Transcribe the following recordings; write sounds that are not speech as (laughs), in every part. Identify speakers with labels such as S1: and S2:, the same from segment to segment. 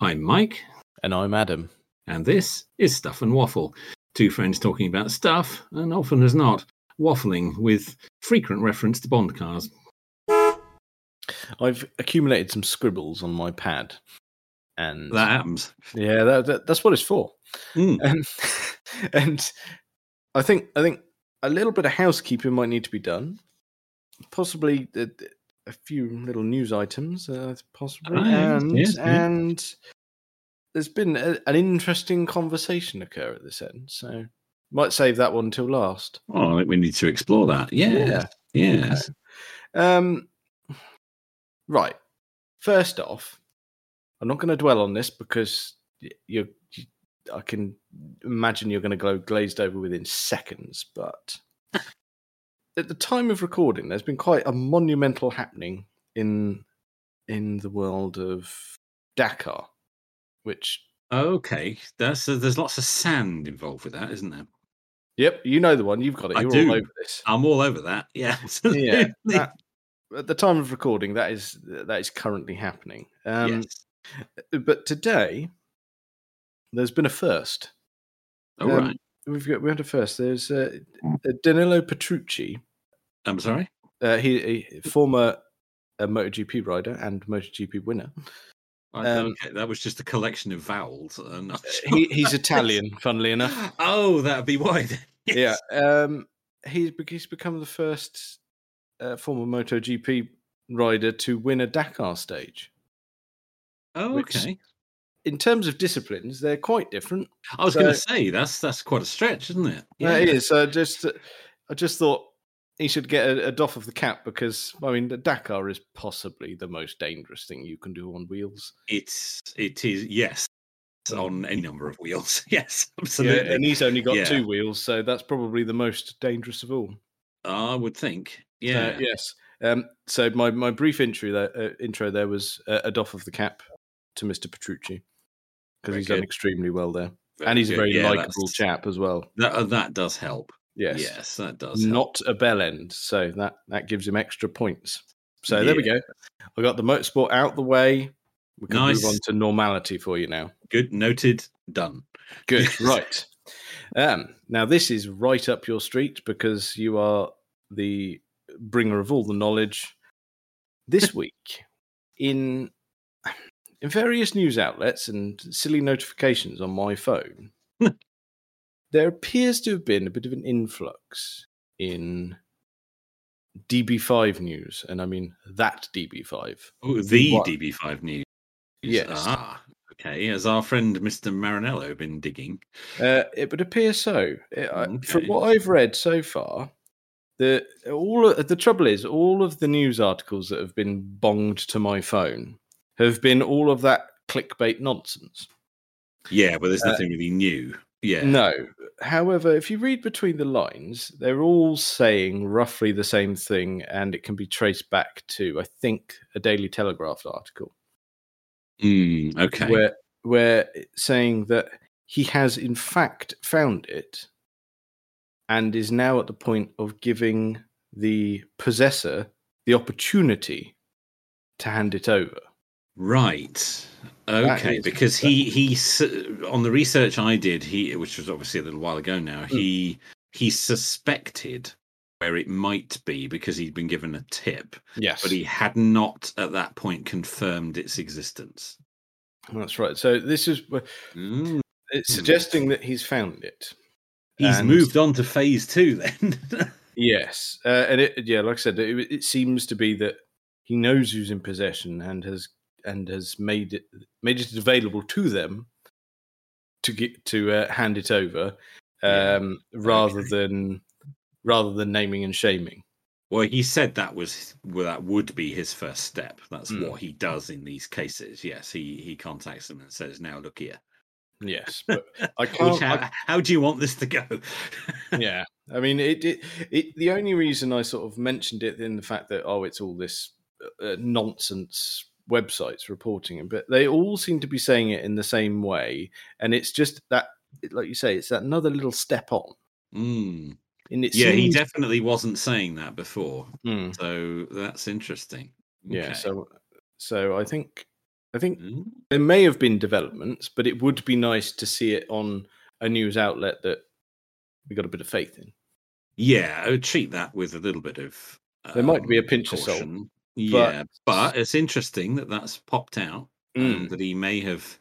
S1: I'm Mike,
S2: And I'm Adam.
S1: and this is Stuff and Waffle. Two friends talking about stuff, and often as not, waffling with frequent reference to Bond cars.
S2: I've accumulated some scribbles on my pad. And
S1: That happens.
S2: yeah, that, that, that's what it's for.
S1: Mm.
S2: And, (laughs) and I think I think a little bit of housekeeping might need to be done. Possibly a, a few little news items, uh, possibly.
S1: Ah, yes,
S2: and
S1: yes, yes.
S2: and there's been a, an interesting conversation occur at this end. So might save that one till last.
S1: Oh, I think we need to explore that. Yes, yes.
S2: Um, right. First off, I'm not going to dwell on this because y- you're, you, I can imagine you're going to go glazed over within seconds. But
S1: (laughs)
S2: at the time of recording, there's been quite a monumental happening in in the world of Dakar, which
S1: Okay, that's, uh, there's lots of sand involved with that, isn't there?
S2: yep, you know the one. You've got it.
S1: I
S2: You're
S1: do.
S2: all over
S1: (laughs)
S2: this.
S1: I'm all over that. Yeah,
S2: Yeah,
S1: absolutely.
S2: that- At the time of recording, that is that is currently happening. Um,
S1: yes.
S2: but today there's been a first.
S1: All
S2: um,
S1: right.
S2: We've got we had a first. There's uh, uh, Danilo Petrucci.
S1: I'm sorry.
S2: Uh, he, he former uh, MotoGP rider and MotoGP winner.
S1: I-
S2: um,
S1: okay, that was just a collection of vowels. And
S2: Uh, He, he's Italian, funnily enough.
S1: (laughs) Oh, that'd be why. then.
S2: Yeah,
S1: Yes.
S2: um, he's bec- he's become the first uh, former MotoGP rider to win a Dakar stage.
S1: Oh,
S2: which-
S1: okay.
S2: In terms of disciplines, they're quite different.
S1: I was going to
S2: So-
S1: say that's that's quite a stretch, isn't it?
S2: Yeah, it is. So I just, uh, I just thought he should get a, a doff of the cap because I mean, the Dakar is possibly the most dangerous thing you can do on wheels.
S1: It's it is yes, it's on any number of wheels. (laughs) Yes,
S2: Yeah,
S1: absolutely.
S2: and he's only got
S1: Yeah.
S2: two wheels, so that's probably the most dangerous of all.
S1: I would think.
S2: Uh,
S1: Yeah.
S2: yes. Um, so my, my brief intro there, uh, intro there was uh, a doff of the cap to Mr. Petrucci because
S1: Very
S2: he's done
S1: good.
S2: extremely well there, and he's a
S1: good.
S2: very
S1: Yeah,
S2: likable
S1: that's-
S2: chap as well.
S1: That uh, that does help.
S2: Yes.
S1: Yes, that does. help.
S2: not a bell end. So that that gives him extra points. So there we go. I got the motorsport out the way. We can
S1: Nice.
S2: move on to normality for you now.
S1: Good. Noted. Done.
S2: Good. right. Um, now this is right up your street because you are the bringer of all the knowledge. This week, in in various news outlets and silly notifications on my phone, there appears to have been a bit of an influx in DB5 news, and I mean that DB5.
S1: Oh, the
S2: What?
S1: DB5 news.
S2: Yes.
S1: Ah, okay. Has our friend Mr. Marinello been digging?
S2: Uh, it would appear so. It- I- From
S1: Okay.
S2: what I've read so far, the all of- the trouble is all of the news articles that have been bonged to my phone have been all of that clickbait nonsense.
S1: Yeah, but there's
S2: Uh,
S1: nothing really new. Yeah.
S2: No. However, if you read between the lines, they're all saying roughly the same thing, and it can be traced back to I think a Daily Telegraph article
S1: Mm, okay.
S2: where where it's saying that he has in fact found it and is now at the point of giving the possessor the opportunity to hand it over.
S1: Right.
S2: That
S1: Okay,
S2: is-
S1: because
S2: that-
S1: he he s- on the research I did, he which was obviously a little while ago now,
S2: Hmm.
S1: he he suspected where it might be because he'd been given a tip,
S2: Yes.
S1: but he had not at that point confirmed its existence.
S2: That's right. So this is wh-
S1: Mm.
S2: it's
S1: Hmm.
S2: suggesting that he's found it.
S1: He's
S2: And-
S1: moved on to phase two then. (laughs)
S2: Yes. Uh, and it yeah, like I said, it, it seems to be that he knows who's in possession and has and has made it made it available to them to get to uh, hand it over
S1: Yeah.
S2: um rather than rather than naming and shaming
S1: well, he said that was well, that would be his first step. That's
S2: Mm.
S1: what he does in these cases. Yes, he he contacts them and says, "Now look here,
S2: yes but i
S1: (laughs) Which,
S2: can't
S1: how,
S2: I-
S1: how do you want this to go?" (laughs)
S2: yeah i mean it, it it the only reason i sort of mentioned it in the fact that oh it's all this uh, nonsense websites reporting it but they all seem to be saying it in the same way and it's just that like you say it's that another little step on
S1: Mm.
S2: and it
S1: yeah, he
S2: seems-
S1: definitely wasn't saying that before.
S2: Mm,
S1: So that's interesting.
S2: yeah
S1: Okay.
S2: so so i think I think
S1: Mm.
S2: there may have been developments, but it would be nice to see it on a news outlet that we got a bit of faith in.
S1: Yeah, I would treat that with a little bit of. um,
S2: There might be a pinch of salt,
S1: caution. Yeah, but it's interesting that that's popped out
S2: Hmm. Mm.
S1: and that he may have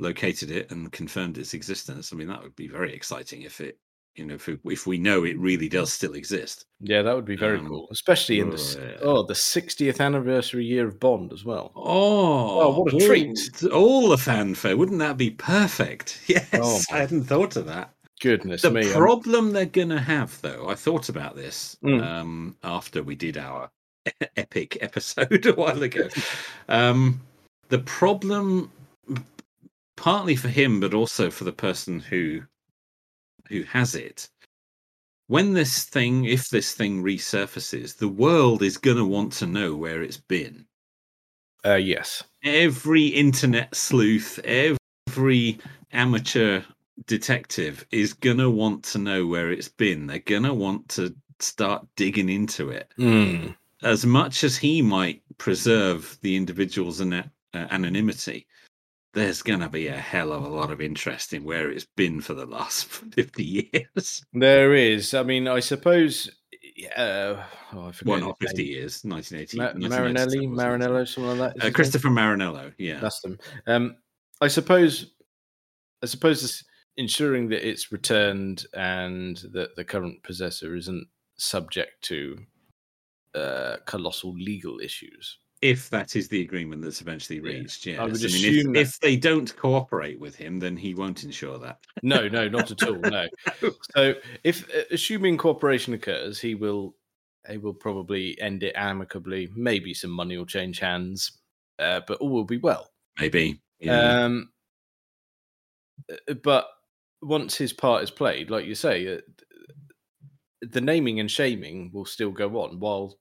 S1: located it and confirmed its existence. I mean, that would be very exciting if it, you know, if we, if we know it really does still exist.
S2: Yeah, that would be very
S1: Um,
S2: cool, especially in the s-
S1: yeah.
S2: oh the 60th anniversary year of Bond as well.
S1: Oh,
S2: what a
S1: all-
S2: treat. Oh,
S1: All the fanfare. Wouldn't that be perfect? (laughs) Yes,
S2: my
S1: I hadn't thought of that.
S2: Goodness
S1: the
S2: me! I'm-
S1: problem they're gonna have though i thought about this
S2: Mm.
S1: um after we did our (laughs) epic episode (laughs) a while ago um the problem partly for him but also for the person who who has it when this thing if this thing resurfaces the world is gonna want to know where it's been
S2: uh, yes,
S1: every internet sleuth, every amateur detective is gonna want to know where it's been. They're gonna want to start digging into it. Hmm.
S2: Mm.
S1: As much as he might preserve the individual's ana- uh, anonymity, there's gonna be a hell of a lot of interest in where it's been for the last (laughs) fifty years.
S2: there is. I mean, I suppose. Uh, oh, I forget
S1: well,
S2: his
S1: not fifty
S2: name.
S1: years, nineteen eighty.
S2: Ma- Marinelli, Marinello, something like that. is
S1: uh,
S2: his name?
S1: Christopher Marinello. Yeah,
S2: That's them. Um, I suppose, I suppose this ensuring that it's returned and that the current possessor isn't subject to uh, colossal legal issues.
S1: if that is the agreement that's eventually
S2: Yeah.
S1: reached. Yeah,
S2: I would
S1: if-
S2: assume that-
S1: if, they don't cooperate with him, then he won't ensure that.
S2: No, no, not at
S1: (laughs)
S2: all. No. So, if uh, assuming cooperation occurs, he will, he will probably end it amicably. Maybe some money will change hands, uh, but all will be well.
S1: Maybe. Yeah.
S2: Um, uh, but once his part is played, like you say, uh, the naming and shaming will still go on while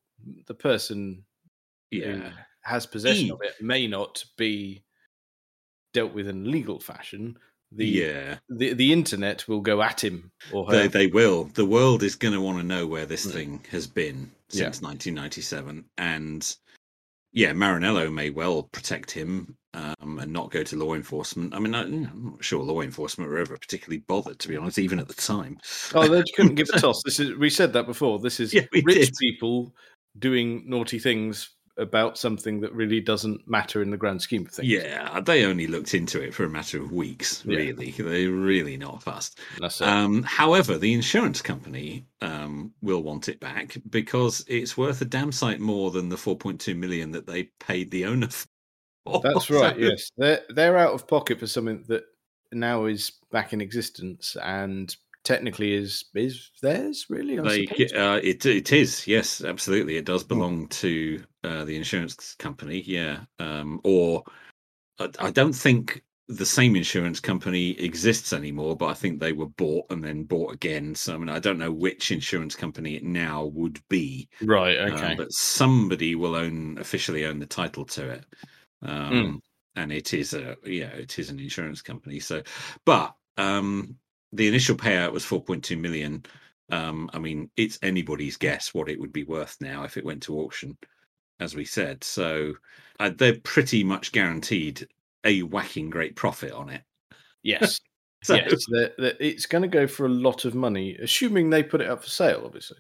S2: the person who
S1: yeah.
S2: has possession
S1: E-
S2: of it may not be dealt with in legal fashion. The,
S1: yeah.
S2: the the internet will go at him or her.
S1: They, they will. The world is going to want to know where this
S2: Mm.
S1: thing has been
S2: Yeah.
S1: since 1997. And yeah, Marinello may well protect him um, and not go to law enforcement. I mean, I, I'm not sure law enforcement were ever particularly bothered, to be honest, even at the time. (laughs)
S2: oh, they couldn't give a toss. This is we said that before. This is
S1: Yeah, we
S2: rich
S1: did.
S2: people doing naughty things about something that really doesn't matter in the grand scheme of things.
S1: Yeah, they only looked into it for a matter of weeks,
S2: Yeah.
S1: really. They're really not fast.
S2: That's it.
S1: Um, however, the insurance company um, will want it back because it's worth a damn sight more than the 4.2 million that they paid the owner (laughs) for.
S2: That's right.
S1: So,
S2: Yes, they're they're out of pocket for something that now is back in existence and technically is is theirs. Really, I
S1: They,
S2: suppose.
S1: uh, it it is yes, absolutely. It
S2: Hmm.
S1: does belong to uh, the insurance company. Yeah, um, or I, I don't think the same insurance company exists anymore. But I think they were bought and then bought again. So I mean, I don't know which insurance company it now would be.
S2: right.
S1: um,
S2: Okay.
S1: but somebody will own officially own the title to it um
S2: Hmm.
S1: and it is a yeah it is an insurance company so but um the initial payout was 4.2 million um i mean it's anybody's guess what it would be worth now if it went to auction as we said so uh, they're pretty much guaranteed a whacking great profit on it
S2: yes.
S1: (laughs) so
S2: yes. They're, they're- it's going to go for a lot of money, assuming they put it up for sale. Obviously.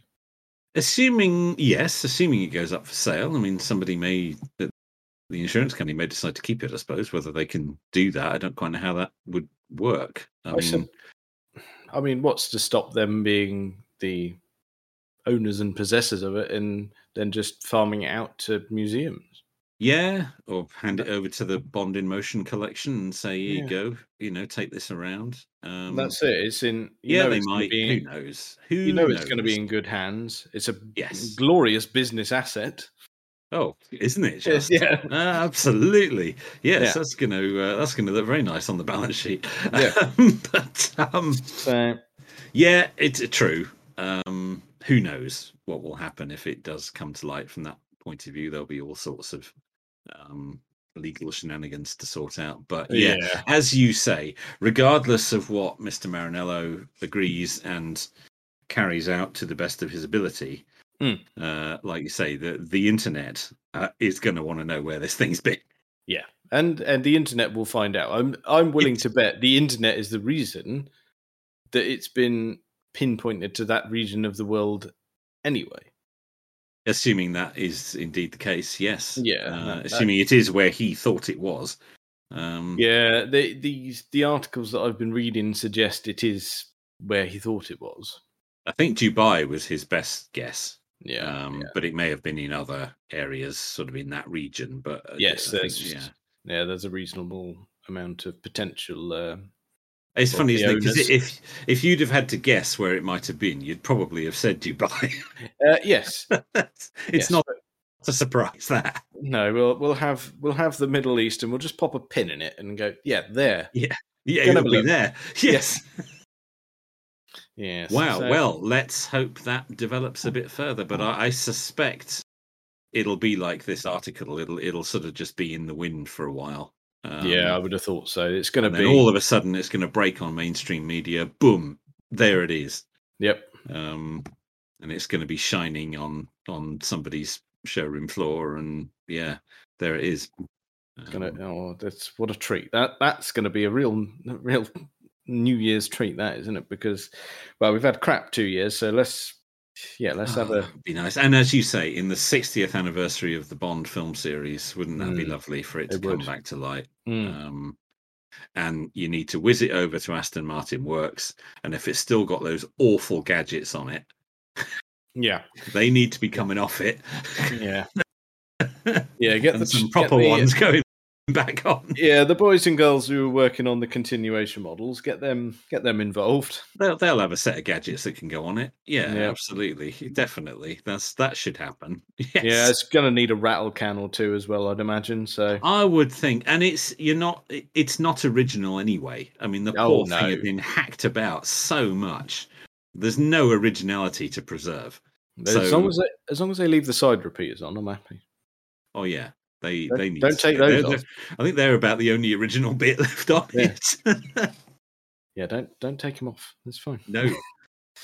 S1: Assuming yes, assuming it goes up for sale. I mean, somebody may the the insurance company may decide to keep it. I suppose whether they can do that, I don't quite know how that would work. I
S2: I sup-
S1: mean,
S2: I mean, what's to stop them being the owners and possessors of it, and then just farming it out to museums?
S1: yeah, or hand it over to the Bond in Motion collection and say, here
S2: Yeah.
S1: you go. You know, take this around. Um,
S2: That's it. It's in. you
S1: yeah,
S2: know
S1: they
S2: it's gonna
S1: might.
S2: be-
S1: Who knows? Who
S2: you know it's going to be
S1: knows?
S2: in good hands. It's a
S1: Yes.
S2: glorious business asset.
S1: Oh, isn't it?
S2: Yes,
S1: Just?
S2: (laughs) yeah.
S1: Uh, absolutely. Yes,
S2: Yeah.
S1: that's going to uh, that's going to look very nice on the balance sheet.
S2: Yeah.
S1: (laughs) but um,
S2: So
S1: Yeah, it's uh, true. Um, who knows what will happen if it does come to light from that point of view? There'll be all sorts of um, legal shenanigans to sort out. But yeah, as you say, regardless of what Mr. Marinello agrees and carries out to the best of his ability,
S2: Mm.
S1: uh, like you say, the, the internet uh, is going to want to know where this thing's been.
S2: and and the internet will find out. I'm I'm willing to bet the internet is the reason that it's been pinpointed to that region of the world anyway.
S1: Assuming that is indeed the case, yes.
S2: Yeah,
S1: Uh,
S2: that- that-
S1: assuming it is where he thought it was. Um,
S2: Yeah, the these the articles that I've been reading suggest it is where he thought it was.
S1: I think Dubai was his best guess,
S2: Yeah.
S1: um, but it may have been in other areas, sort of in that region. But uh,
S2: Yes,
S1: I think,
S2: there's-
S1: yeah.
S2: yeah, there's a reasonable amount of potential uh,
S1: It's
S2: Well,
S1: funny,
S2: the
S1: isn't it? Because
S2: owners-
S1: if if you'd have had to guess where it might have been, you'd probably have said Dubai. (laughs)
S2: uh, yes.
S1: it's
S2: yes,
S1: not a surprise that.
S2: No, we'll we'll have we'll have the Middle East and we'll just pop a pin in it and go, yeah, there.
S1: Yeah,
S2: Gonna
S1: it'll be
S2: blow.
S1: there. (laughs) Yes.
S2: Yes.
S1: Wow.
S2: so- Oh.
S1: Well, let's hope that develops a bit further. But I, I suspect it'll be like this article. It'll it'll sort of just be in the wind for a while. Um,
S2: yeah, I would have thought so. It's going
S1: And
S2: to
S1: then
S2: be
S1: all of a sudden, it's going to break on mainstream media. Boom! There it is.
S2: Yep.
S1: um, and it's going to be shining on on somebody's showroom floor. And yeah, there it is.
S2: Gonna,
S1: Um,
S2: oh, that's what a treat. That that's going to be a real, a real New Year's treat. That isn't it? Because, well, we've had crap two years, so let's, yeah, let's have
S1: oh,
S2: a.
S1: that would be nice. And as you say, in the 60th anniversary of the Bond film series, wouldn't that be
S2: Mm,
S1: lovely for it to
S2: it
S1: come
S2: would.
S1: back to light?
S2: Mm,
S1: Um, and you need to whiz it over to Aston Martin Works. And if it's still got those awful gadgets on it,
S2: yeah,
S1: they need to be coming off it. (laughs)
S2: yeah, yeah. (laughs) Get the
S1: and some
S2: get
S1: proper
S2: the- uh,
S1: ones (laughs) going back on.
S2: Yeah, the boys and girls who were working on the continuation models, get them, get them involved.
S1: They'll they'll have a set of gadgets that can go on it. Yeah,
S2: Yeah.
S1: absolutely, definitely. That's that should happen. (laughs)
S2: Yeah,
S1: Yes.
S2: it's going to need a rattle can or two as well, I'd imagine. So,
S1: I would think, and it's you're not. it- It's not original anyway. I mean, the
S2: Oh,
S1: poor thing
S2: no.
S1: had been hacked about so much. There's no originality to preserve.
S2: as long
S1: So-
S2: as they, as long as they leave the side repeaters on, I'm happy.
S1: Oh yeah, they
S2: Don't-
S1: they need.
S2: don't
S1: to-
S2: take
S1: they're-
S2: those
S1: they're- I think they're about the only original (laughs) bit left on
S2: Yeah.
S1: it. (laughs)
S2: Yeah, don't don't take them off. That's fine.
S1: no,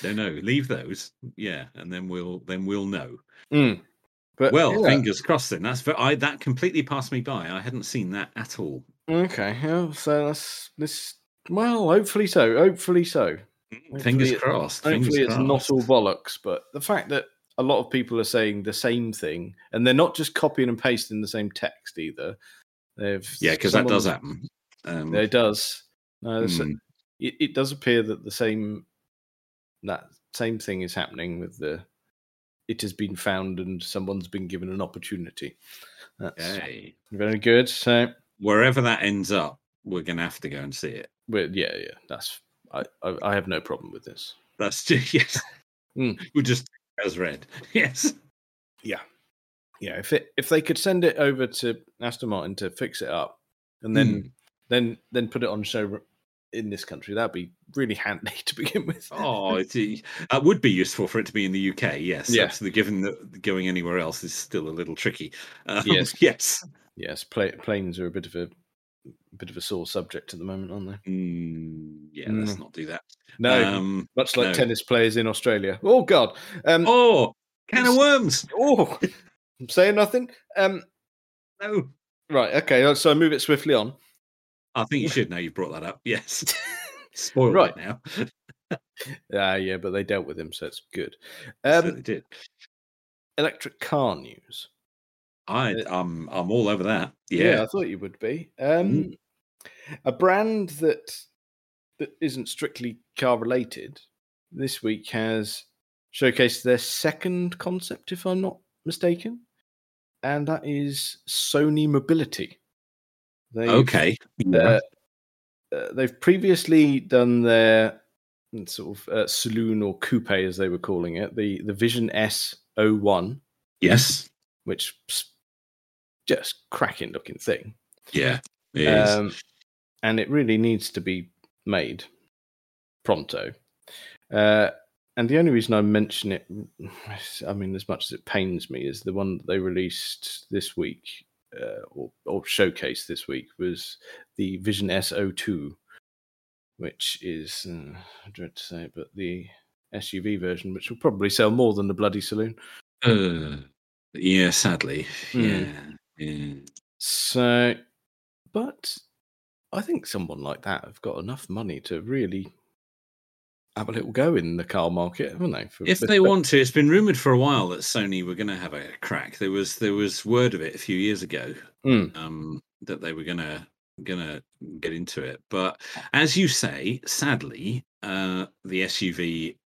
S1: no, no. Leave those. Yeah, and then we'll then we'll know.
S2: Mm. But
S1: Well,
S2: yeah.
S1: fingers crossed. Then that's ve- I that completely passed me by. I hadn't seen that at all.
S2: Okay, yeah, so that's this. Well, hopefully so. Hopefully so.
S1: fingers
S2: Hopefully it-
S1: crossed. fingers
S2: Hopefully, it's not
S1: crossed.
S2: all bollocks. But the fact that a lot of people are saying the same thing, and they're not just copying and pasting the same text either. They've
S1: Yeah, because that does
S2: someone-
S1: happen. Um,
S2: It does. No, so
S1: mm,
S2: it, it does appear that the same that same thing is happening with the. It has been found, and someone's been given an opportunity. That's
S1: okay.
S2: very good. So
S1: Wherever that ends up, we're gonna have to go and see it.
S2: Well, yeah, yeah, that's I, I, I have no problem with this.
S1: That's just (laughs) yes.
S2: Mm.
S1: We'll just as read. (laughs) Yes.
S2: Yeah, if it if they could send it over to Aston Martin to fix it up, and then
S1: Mm.
S2: then then put it on show in this country, that'd be really handy (laughs) to begin with.
S1: Oh, it's, e- that would be useful for it to be in the UK. Yes.
S2: Yeah.
S1: Absolutely. Given that going anywhere else is still a little tricky. Um,
S2: Yes.
S1: (laughs) Yes.
S2: yes, pla planes are a bit of a bit of a sore subject at the moment, aren't they?
S1: Mm, yeah. Let's
S2: Mm.
S1: not do that.
S2: No,
S1: Um,
S2: much like
S1: no.
S2: tennis players in Australia. Oh God, um, oh,
S1: oh, can of worms.
S2: I'm saying nothing. Um,
S1: No.
S2: right, okay, so I move it swiftly on.
S1: I think you should now you've brought that up.
S2: (laughs)
S1: Yes. Spoiled
S2: Right.
S1: it now. (laughs)
S2: Ah, yeah, but they dealt with him, so it's good.
S1: so
S2: Um,
S1: they did.
S2: electric car news.
S1: I
S2: uh,
S1: I'm I'm all over that. Yeah. Mm.
S2: I thought you would be. Um, a brand that that isn't strictly car related this week has showcased their second concept, if I'm not mistaken, and that is Sony Mobility. They've,
S1: Okay.
S2: uh, uh, they've previously done their sort of uh, saloon or coupe, as they were calling it, the the Vision S 01,
S1: yes.
S2: which s- just cracking looking thing.
S1: Yeah. It is.
S2: Um, and it really needs to be made pronto. Uh, and the only reason I mention it, (sighs) I mean, as much as it pains me, is the one that they released this week uh, or, or showcased this week was the Vision S02, which is, uh, I dread to say, it, but the SUV version, which will probably sell more than the bloody saloon.
S1: Uh, yeah. Sadly.
S2: Mm.
S1: Yeah. yeah.
S2: So But I think someone like that have got enough money to really have a little go in the car market, haven't they? For-
S1: If they want to, it's been rumored for a while that Sony were going to have a crack. There was there was word of it a few years ago
S2: Mm.
S1: um, that they were gonna gonna get into it. But as you say, sadly, uh, the SUV,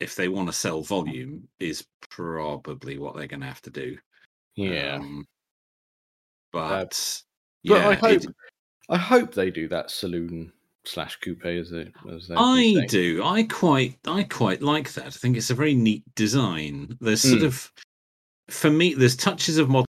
S1: if they want to sell volume, is probably what they're going to have to do.
S2: yeah.
S1: Um, but
S2: But
S1: yeah,
S2: I hope
S1: it-
S2: I hope they do that saloon slash coupe as they as they
S1: I
S2: say.
S1: do. I quite I quite like that. I think it's a very neat design. There's sort
S2: Mm.
S1: of for me there's touches of Model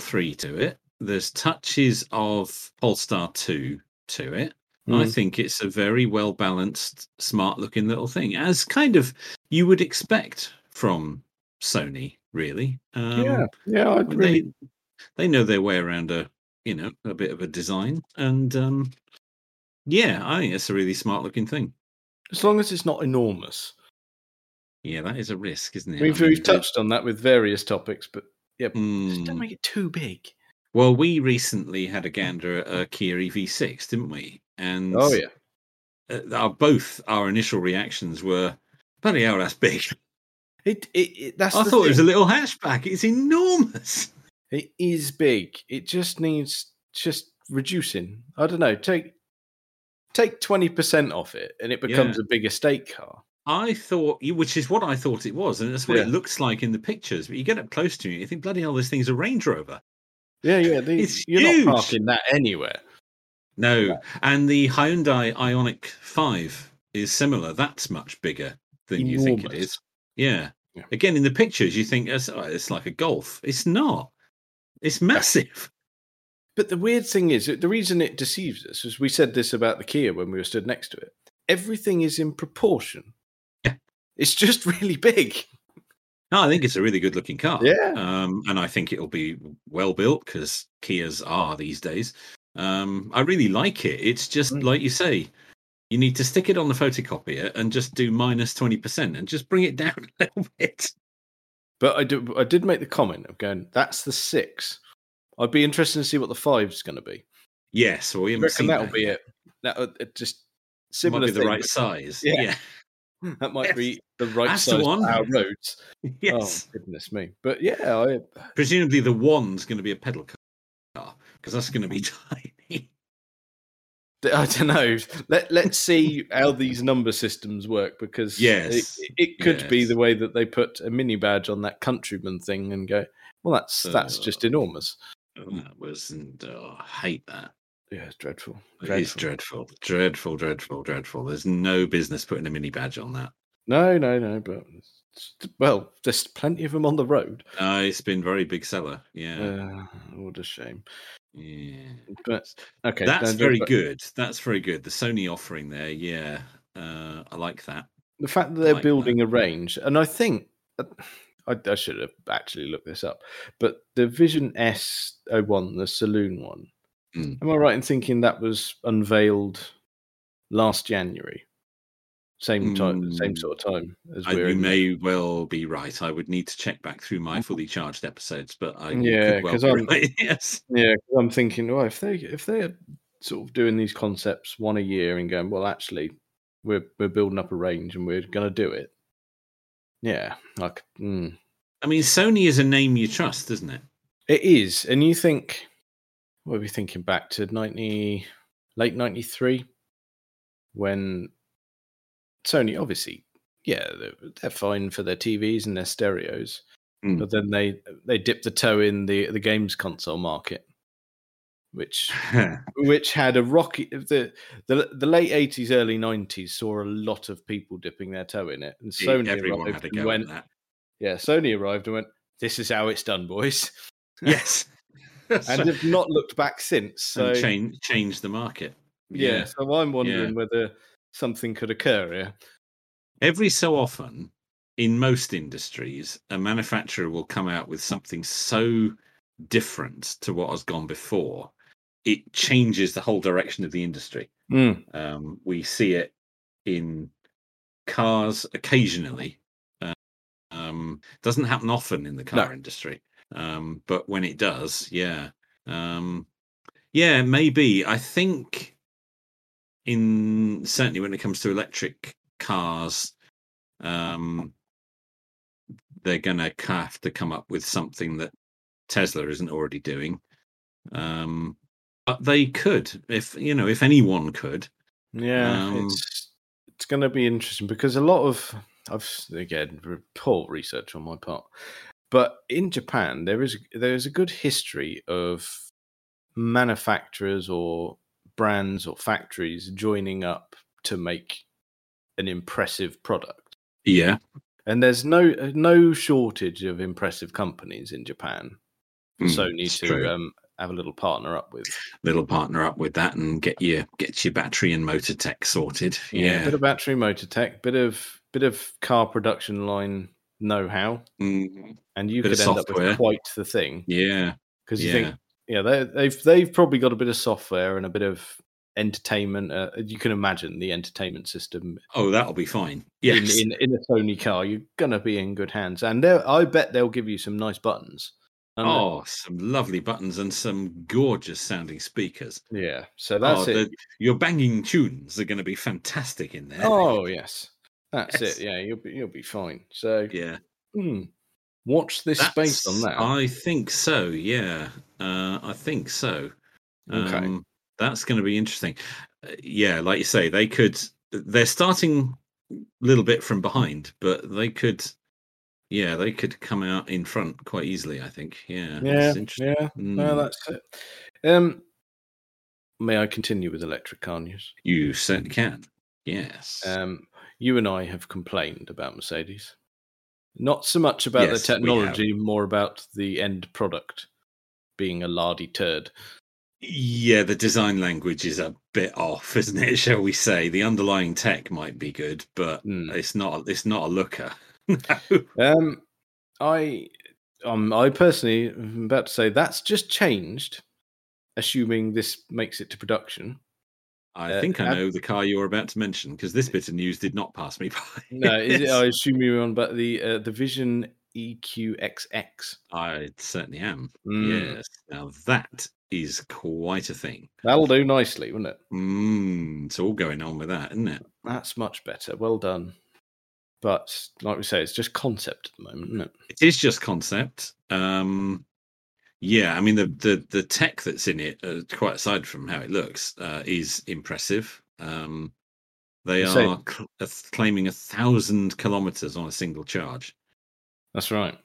S1: 3 to it. There's touches of Polestar 2 to it. I
S2: Mm.
S1: think it's a very well balanced, smart looking little thing, as kind of you would expect from Sony, really. Um,
S2: yeah, yeah, I'd really,
S1: They, they know their way around a you know a bit of a design, and um, yeah, I think it's a really smart looking thing.
S2: as long as it's not enormous.
S1: Yeah, that is a risk, isn't it? I
S2: we've
S1: mean,
S2: we've
S1: the-
S2: touched on that with various topics, but just don't
S1: Mm.
S2: make it too big.
S1: Well, we recently had a gander at a Kia EV6, didn't we? And
S2: Oh yeah,
S1: uh, our both our initial reactions were, "Bloody hell, that's big!"
S2: it it, it (laughs) that's.
S1: I
S2: the
S1: thought it was a
S2: thing.
S1: little hatchback. It's enormous.
S2: It is big. It just needs just reducing. I don't know. Take take twenty percent off it, and it becomes a big estate car.
S1: I thought, which is what I thought it was, and that's what it
S2: Yeah.
S1: looks like in the pictures. But you get up close to it, you think, "Bloody hell, this thing's a Range Rover."
S2: Yeah, yeah. the-
S1: It's
S2: you're
S1: huge.
S2: not parking that anywhere.
S1: No, and the Hyundai Ionic Five is similar. That's much bigger than you think it
S2: Enormous.
S1: is. Yeah.
S2: Yeah.
S1: Again, in the pictures, you think it's, oh, it's like a Golf. It's not. It's massive. (laughs)
S2: But the weird thing is, that the reason it deceives us is we said this about the Kia when we were stood next to it. Everything is in proportion.
S1: Yeah.
S2: It's just (laughs) really big.
S1: No, I think it's a really good looking car.
S2: Yeah.
S1: Um, and I think it'll be well built because Kias are these days. Um, I really like it. It's just
S2: Mm.
S1: like you say, you need to stick it on the photocopier and just do minus 20% and just bring it (laughs) down a little bit.
S2: But I, do, I did make the comment of going, that's the six. I'd be interested to see what the five's going to be.
S1: Yes, well, we
S2: I
S1: haven't
S2: reckon
S1: seen
S2: that'll
S1: that
S2: be
S1: yet.
S2: it. That, uh, it just
S1: It Might
S2: similar
S1: be the
S2: thing,
S1: right size.
S2: Yeah.
S1: (laughs) Yeah.
S2: but That might be the right
S1: Hmm. That's the
S2: size
S1: one.
S2: for our roads.
S1: Yes.
S2: Oh, goodness me. But yeah, I, (laughs)
S1: Presumably the one's going to be a pedal car because that's going to be (laughs) tiny.
S2: I don't know. Let Let's see how these number systems work because it-
S1: Yes,
S2: it, it could be
S1: yes.
S2: the way that they put a mini badge on that countryman thing and go, well, that's that's just
S1: Uh,
S2: enormous.
S1: that was, and, oh, I hate that.
S2: Yeah, it's dreadful.
S1: It is dreadful, dreadful, dreadful, dreadful. There's no business putting a mini badge on that.
S2: No, no, no. But it's- well, there's plenty of them on the road.
S1: Uh, it's been very big seller. Yeah,
S2: Uh, what a shame.
S1: yeah.
S2: But okay,
S1: That's
S2: no,
S1: very
S2: but
S1: good. That's very good. The Sony offering there. Yeah, uh, I like that.
S2: The fact that
S1: I
S2: they're
S1: like that.
S2: building a range, and I think. I, I should have actually looked this up, but the Vision S01, the saloon one,
S1: Mm.
S2: Am I right in thinking that was unveiled last January? Same time, same
S1: Mm.
S2: sort of time as
S1: I,
S2: we're.
S1: you
S2: in-
S1: may well be right. I would need to check back through my fully charged episodes, but I
S2: Yeah,
S1: could well
S2: 'cause
S1: be
S2: I'm-
S1: right. (laughs) yes.
S2: Yeah, 'cause I'm thinking, well, if they if they're sort of doing these concepts one a year and going, well, actually, we're we're building up a range and we're going to do it. Yeah, like mm.
S1: I mean, Sony is a name you trust, isn't it?
S2: (laughs) it is, and you think, what are we thinking back to ninety late ninety three when Sony obviously, yeah, they're, they're fine for their TVs and their stereos,
S1: Mm.
S2: but then they they dip the toe in the the games console market, which which had a rocky the the, the late eighties, early nineties saw a lot of people dipping their toe in it, and Sony
S1: Everyone
S2: arrived
S1: had a
S2: and
S1: go
S2: went,
S1: at that. (laughs)
S2: yeah, Sony arrived and went, this is how it's done, boys,
S1: Yes.
S2: (laughs) and
S1: so,
S2: have not looked back since. So
S1: and change change the market.
S2: yeah, so I'm
S1: yeah.
S2: wondering whether something could occur here.
S1: every so often in most industries a manufacturer will come out with something so different to what has gone before it changes the whole direction of the industry um, we see it in cars occasionally Uh, um, doesn't happen often in the car industry um, but when it does yeah um, Yeah, maybe. I think in certainly when it comes to electric cars, um, they're going to have to come up with something that Tesla isn't already doing. Um, but they could, if you know, if anyone could.
S2: Yeah,
S1: Um,
S2: it's it's going to be interesting because a lot of I've again re- poor research on my part, but in Japan there is there is a good history of manufacturers or brands or factories joining up to make an impressive product,
S1: Yeah,
S2: and there's no no shortage of impressive companies in Japan. for
S1: Mm,
S2: Sony
S1: it's
S2: to
S1: true.
S2: um, have a little partner up with.
S1: little partner up with that and get your get your battery and motor tech sorted.
S2: a
S1: Yeah,
S2: bit of battery motor tech, bit of bit of car production line know how,
S1: Mhm.
S2: and you
S1: Bit of
S2: could end up
S1: software.
S2: with quite the thing
S1: yeah,
S2: because you
S1: Yeah.
S2: think, yeah, they, they've they've probably got a bit of software and a bit of entertainment. Uh, you can imagine the entertainment system
S1: Oh, that'll be fine. Yes,
S2: in, in in a Sony car. You're gonna be in good hands, and they'll- I bet they'll give you some nice buttons. And-
S1: Oh, some lovely buttons and some gorgeous sounding speakers.
S2: yeah, so that's
S1: oh,
S2: it.
S1: the- your banging tunes are going to be fantastic in there.
S2: Oh yes, that's
S1: Yes.
S2: it. Yeah, you'll be you'll be fine. So
S1: yeah.
S2: Hmm. Watch this space on that.
S1: That's- I think so. Yeah, uh, I think so.
S2: Okay.
S1: Um, that's going to be interesting. Uh, yeah, like you say, they could. They're starting a little bit from behind, but they could. Yeah, they could come out in front quite easily. I think. Yeah.
S2: yeah,
S1: that's interesting.
S2: yeah. No,
S1: Mm,
S2: that's it. Um, may I continue with electric car news?
S1: you certainly can. Yes.
S2: Um, you and I have complained about Mercedes, not so much about
S1: Yes,
S2: the
S1: we have.
S2: technology, more about the end product being a lardy turd.
S1: Yeah, the design language is a bit off, (laughs) isn't it? Shall we say the underlying tech might be good, but
S2: Hmm.
S1: it's not. It's not a looker. (laughs)
S2: Um, I, um, I personally am about to say that's just changed. Assuming this makes it to production,
S1: I
S2: Uh,
S1: think I
S2: ab-
S1: know the car you were about to mention because this bit of news did not pass me (laughs) by.
S2: No, is it,
S1: Yes.
S2: Oh, I assume you're on about the uh, the Vision E EQXX.
S1: I certainly am.
S2: Mm,
S1: Yes. Now that is quite a thing.
S2: That'll do nicely, wouldn't it?
S1: Mm, it's all going on with that, isn't it?
S2: That's much better. Well done. But like we say, it's just concept at the moment, isn't it?
S1: It is just concept. Um, yeah, I mean the, the the tech that's in it, uh, quite aside from how it looks, uh, is impressive. Um, they
S2: You say-
S1: are cl- uh, claiming a thousand kilometers on a single charge.
S2: That's right.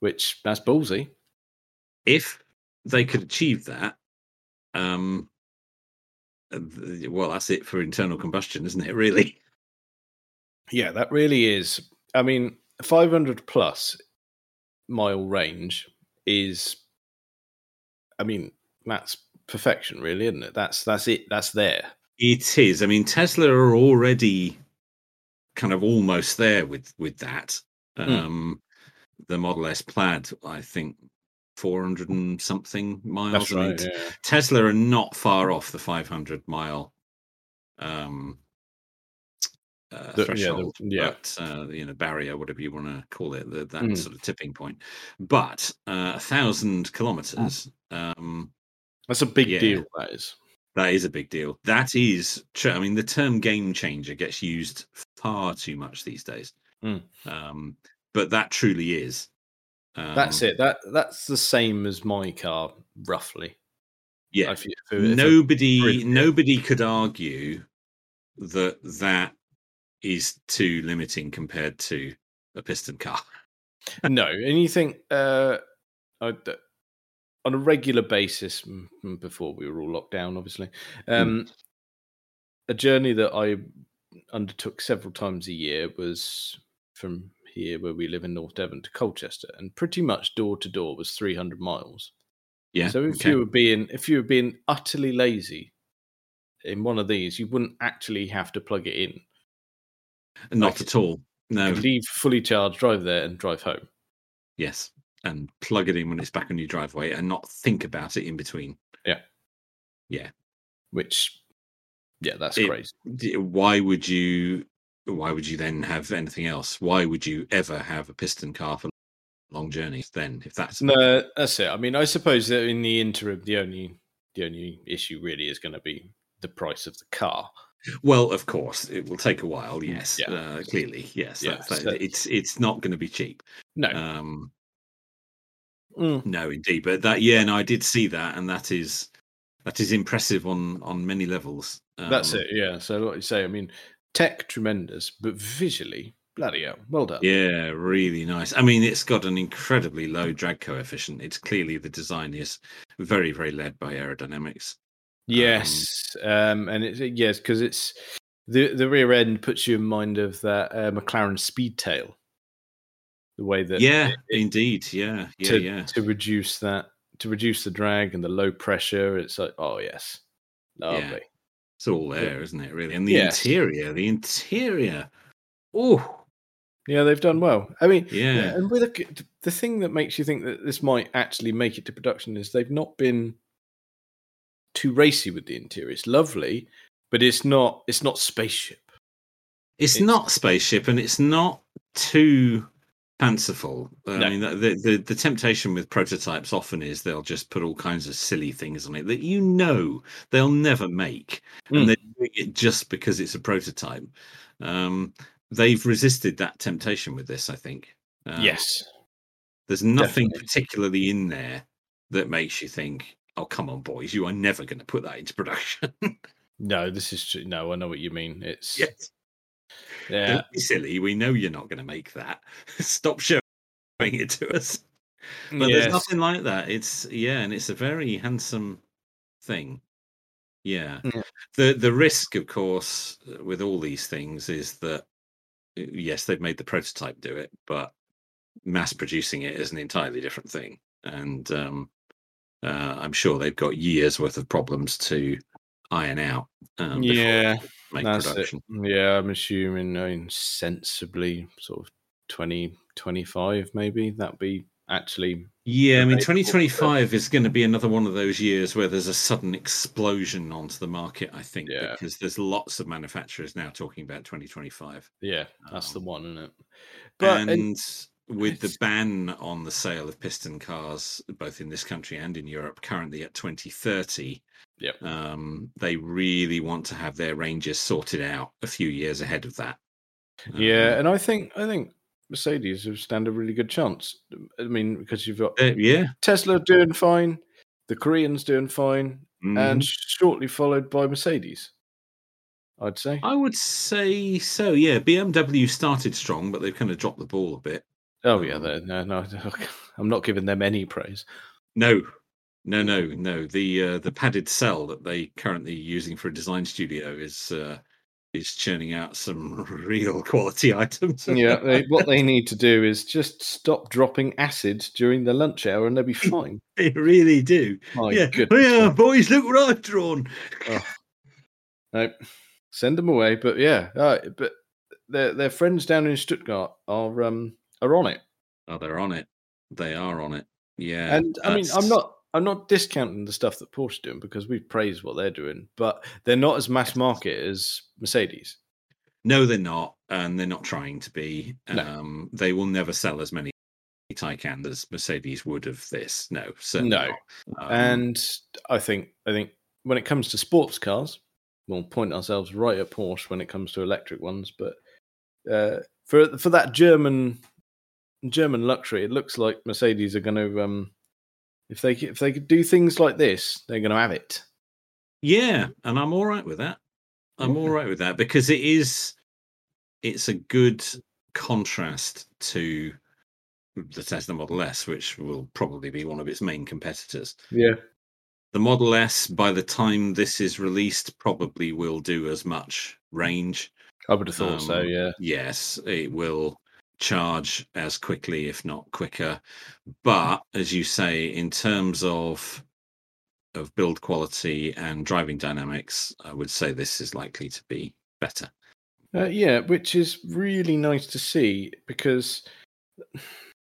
S2: Which that's ballsy.
S1: if they could achieve that, um, uh, th- well, that's it for internal combustion, isn't it? Really?
S2: Yeah, that really is. I mean, 500 plus mile range is. I mean, that's perfection, really, isn't it? That's that's it. That's there.
S1: It is. I mean, Tesla are already kind of almost there with with that.
S2: Hmm.
S1: Um, The Model S Plaid, I think, four hundred and something miles.
S2: That's
S1: I mean,
S2: right. Yeah.
S1: Tesla are not far off the five hundred mile um, uh,
S2: The- yeah, the-
S1: threshold,
S2: yeah.
S1: but uh, you know barrier, whatever you want to call it, the, that
S2: Mm.
S1: sort of tipping point. But uh, a thousand kilometers,
S2: Hmm.
S1: um,
S2: That's a big
S1: Yeah.
S2: deal. That is.
S1: that is a big deal. That is, tr- I mean, the term game changer gets used far too much these days.
S2: Mm.
S1: Um, but that truly is. Um,
S2: That's it. That that's the same as my car, roughly.
S1: Yeah,
S2: If you- if you- if you-
S1: nobody
S2: bridge.
S1: nobody could argue that that is too limiting compared to a piston car
S2: (laughs) no, and you think uh, I d- on a regular basis mm, mm, before we were all locked down, obviously.
S1: Hmm.
S2: Um, A journey that I undertook several times a year was from here, where we live in North Devon, to Colchester, and pretty much door to door was three hundred miles.
S1: yeah
S2: So if
S1: okay.
S2: you were being if you were being utterly lazy in one of these, you wouldn't actually have to plug it in.
S1: not
S2: like-
S1: at all no
S2: could leave fully charged, drive there, and drive home.
S1: yes and plug it in when it's back on your driveway and not think about it in between
S2: Which, yeah, that's
S1: It-
S2: crazy.
S1: D- why would you why would you then have anything else why would you ever have a piston car for long journeys then if that's
S2: No, that's it. I mean, I suppose that in the interim, the only the only issue really is going to be the price of the car.
S1: Well, of course, it will take a while. Yes,
S2: Mm, Yeah.
S1: uh, clearly, yes.
S2: Yeah,
S1: that's- that-
S2: so-
S1: it's it's not going to be cheap.
S2: No,
S1: Um,
S2: Mm.
S1: no, indeed. But that, yeah, no, I did see that, and that is that is impressive on on many levels. Um,
S2: that's it. Yeah. So, like you say, I mean, tech tremendous, but visually, bloody hell, well done.
S1: Yeah, really nice. I mean, it's got an incredibly low
S2: Mm.
S1: drag coefficient. It's clearly the design is very, very led by aerodynamics.
S2: Yes, um, and it's yes because it's the the rear end puts you in mind of that uh, McLaren Speed Tail, the way that
S1: yeah,
S2: it-
S1: indeed. Yeah, yeah,
S2: to,
S1: yeah.
S2: to reduce that to reduce the drag and the low pressure. It's like oh yes, lovely.
S1: It's all there, isn't it? Really, and the
S2: Yes.
S1: interior, the interior. Oh,
S2: Yeah, they've done well. I mean,
S1: Yeah.
S2: and with a, the thing that makes you think that this might actually make it to production is they've not been too racy with the interior. It's lovely, but it's not it's not spaceship.
S1: it's,
S2: It's-
S1: not spaceship, and it's not too fanciful. I
S2: No.
S1: mean, the, the the- the temptation with prototypes often is they'll just put all kinds of silly things on it that you know they'll never make,
S2: Mm.
S1: and they're doing it just because it's a prototype. Um, they've resisted that temptation with this, I think. Um,
S2: yes,
S1: There's nothing
S2: Definitely.
S1: particularly in there that makes you think, oh, come on, boys, you are never going to put that into (laughs) production.
S2: No, this is true. No, I know what you mean. It's yeah,
S1: Yes. Don't be silly. We know you're not going to make that. (laughs) Stop showing it to us. But
S2: yes.
S1: there's nothing like that. It's, yeah, and it's a very handsome thing. Yeah.
S2: Yeah.
S1: The, the risk, of course, uh, with all these things is that, uh, yes, they've made the prototype do it, but mass producing it is an entirely different thing. And um, uh, I'm sure they've got years worth of problems to iron out. Um, before they
S2: yeah,
S1: make
S2: that's it.
S1: production.
S2: yeah. I'm assuming I mean, sensibly sort of 20, 25 maybe that'd be actually
S1: Yeah, I mean,
S2: available for-
S1: 2025 is going to be another one of those years where there's a sudden explosion onto the market, I think,
S2: Yeah.
S1: because there's lots of manufacturers now talking about 2025.
S2: yeah, that's the
S1: Um,
S2: one, isn't it? But
S1: and,
S2: and-
S1: with the
S2: it's-
S1: ban on the sale of piston cars, both in this country and in Europe, currently at 2030,
S2: Yep.
S1: um, they really want to have their ranges sorted out a few years ahead of that.
S2: yeah,
S1: Um,
S2: and I think I think Mercedes have stand a really good chance. I mean, because you've got
S1: uh, yeah.
S2: Tesla doing fine, the Koreans doing fine,
S1: mhm.
S2: and shortly followed by Mercedes. I'd say.
S1: I would say so. Yeah, BMW started strong, but they've kind of dropped the ball a bit.
S2: Oh yeah,
S1: Um,
S2: they're- no, no, (laughs) I'm not giving them any praise.
S1: No, no, no, no. The uh, the padded cell that they currently using for a design studio is uh, is churning out some (laughs) real quality (laughs) items.
S2: Yeah,
S1: (laughs)
S2: they, what they need to do is just stop dropping acid during the lunch hour, and they'll be fine.
S1: they really do.
S2: My
S1: yeah, oh,
S2: goodness,
S1: yeah, boys, look what I've drawn.
S2: no, send them away. But yeah, uh, but their their friends down in Stuttgart are um are on it,
S1: Oh, they're on it. They are on it. Yeah,
S2: and I mean, I'm
S1: that's-
S2: not. I'm not discounting the stuff that Porsche doing because we've praised what they're doing, but they're not as mass market as Mercedes.
S1: No, they're not, and they're not trying to be.
S2: No.
S1: Um, they will never sell as many Taycan as Mercedes would of this. No, certainly
S2: No.
S1: not. Um,
S2: and I think I think when it comes to sports cars, we'll point ourselves right at Porsche when it comes to electric ones. But uh, for for that German German luxury, it looks like Mercedes are going to um, if they c- if they could do things like this, they're going to have it.
S1: yeah, and I'm all right with that. I'm all
S2: Yeah.
S1: right with that because it is, it's a good contrast to the Tesla Model S, which will probably be one of its main competitors.
S2: Yeah,
S1: The Model S, by the time this is released, probably will do as much range
S2: I would have thought so.
S1: Um,
S2: Yeah,
S1: yes, it will charge as quickly, if not quicker. But as you say, in terms of of build quality and driving dynamics, I would say this is likely to be better.
S2: Uh, yeah, which is really nice to see because, (sighs)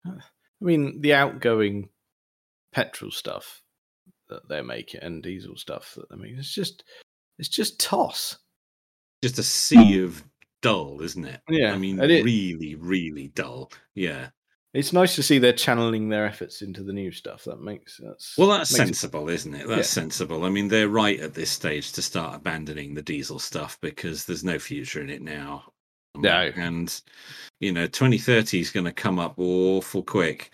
S2: I mean, the outgoing petrol stuff that they're making and diesel stuff that they make, it's just, it's just toss.
S1: Just a sea of dull, isn't it?
S2: Hmm. Yeah,
S1: I mean,
S2: and it-
S1: really, really dull. Yeah,
S2: It's nice to see they're channeling their efforts into the new stuff. That makes that's
S1: Well, that's
S2: makes it-
S1: sensible, is isn't it? That's
S2: Yeah.
S1: sensible. I mean, they're right at this stage to start abandoning the diesel stuff because there's no future in it now. Um,
S2: No.
S1: And, you know, 2030 is going to come up awful quick.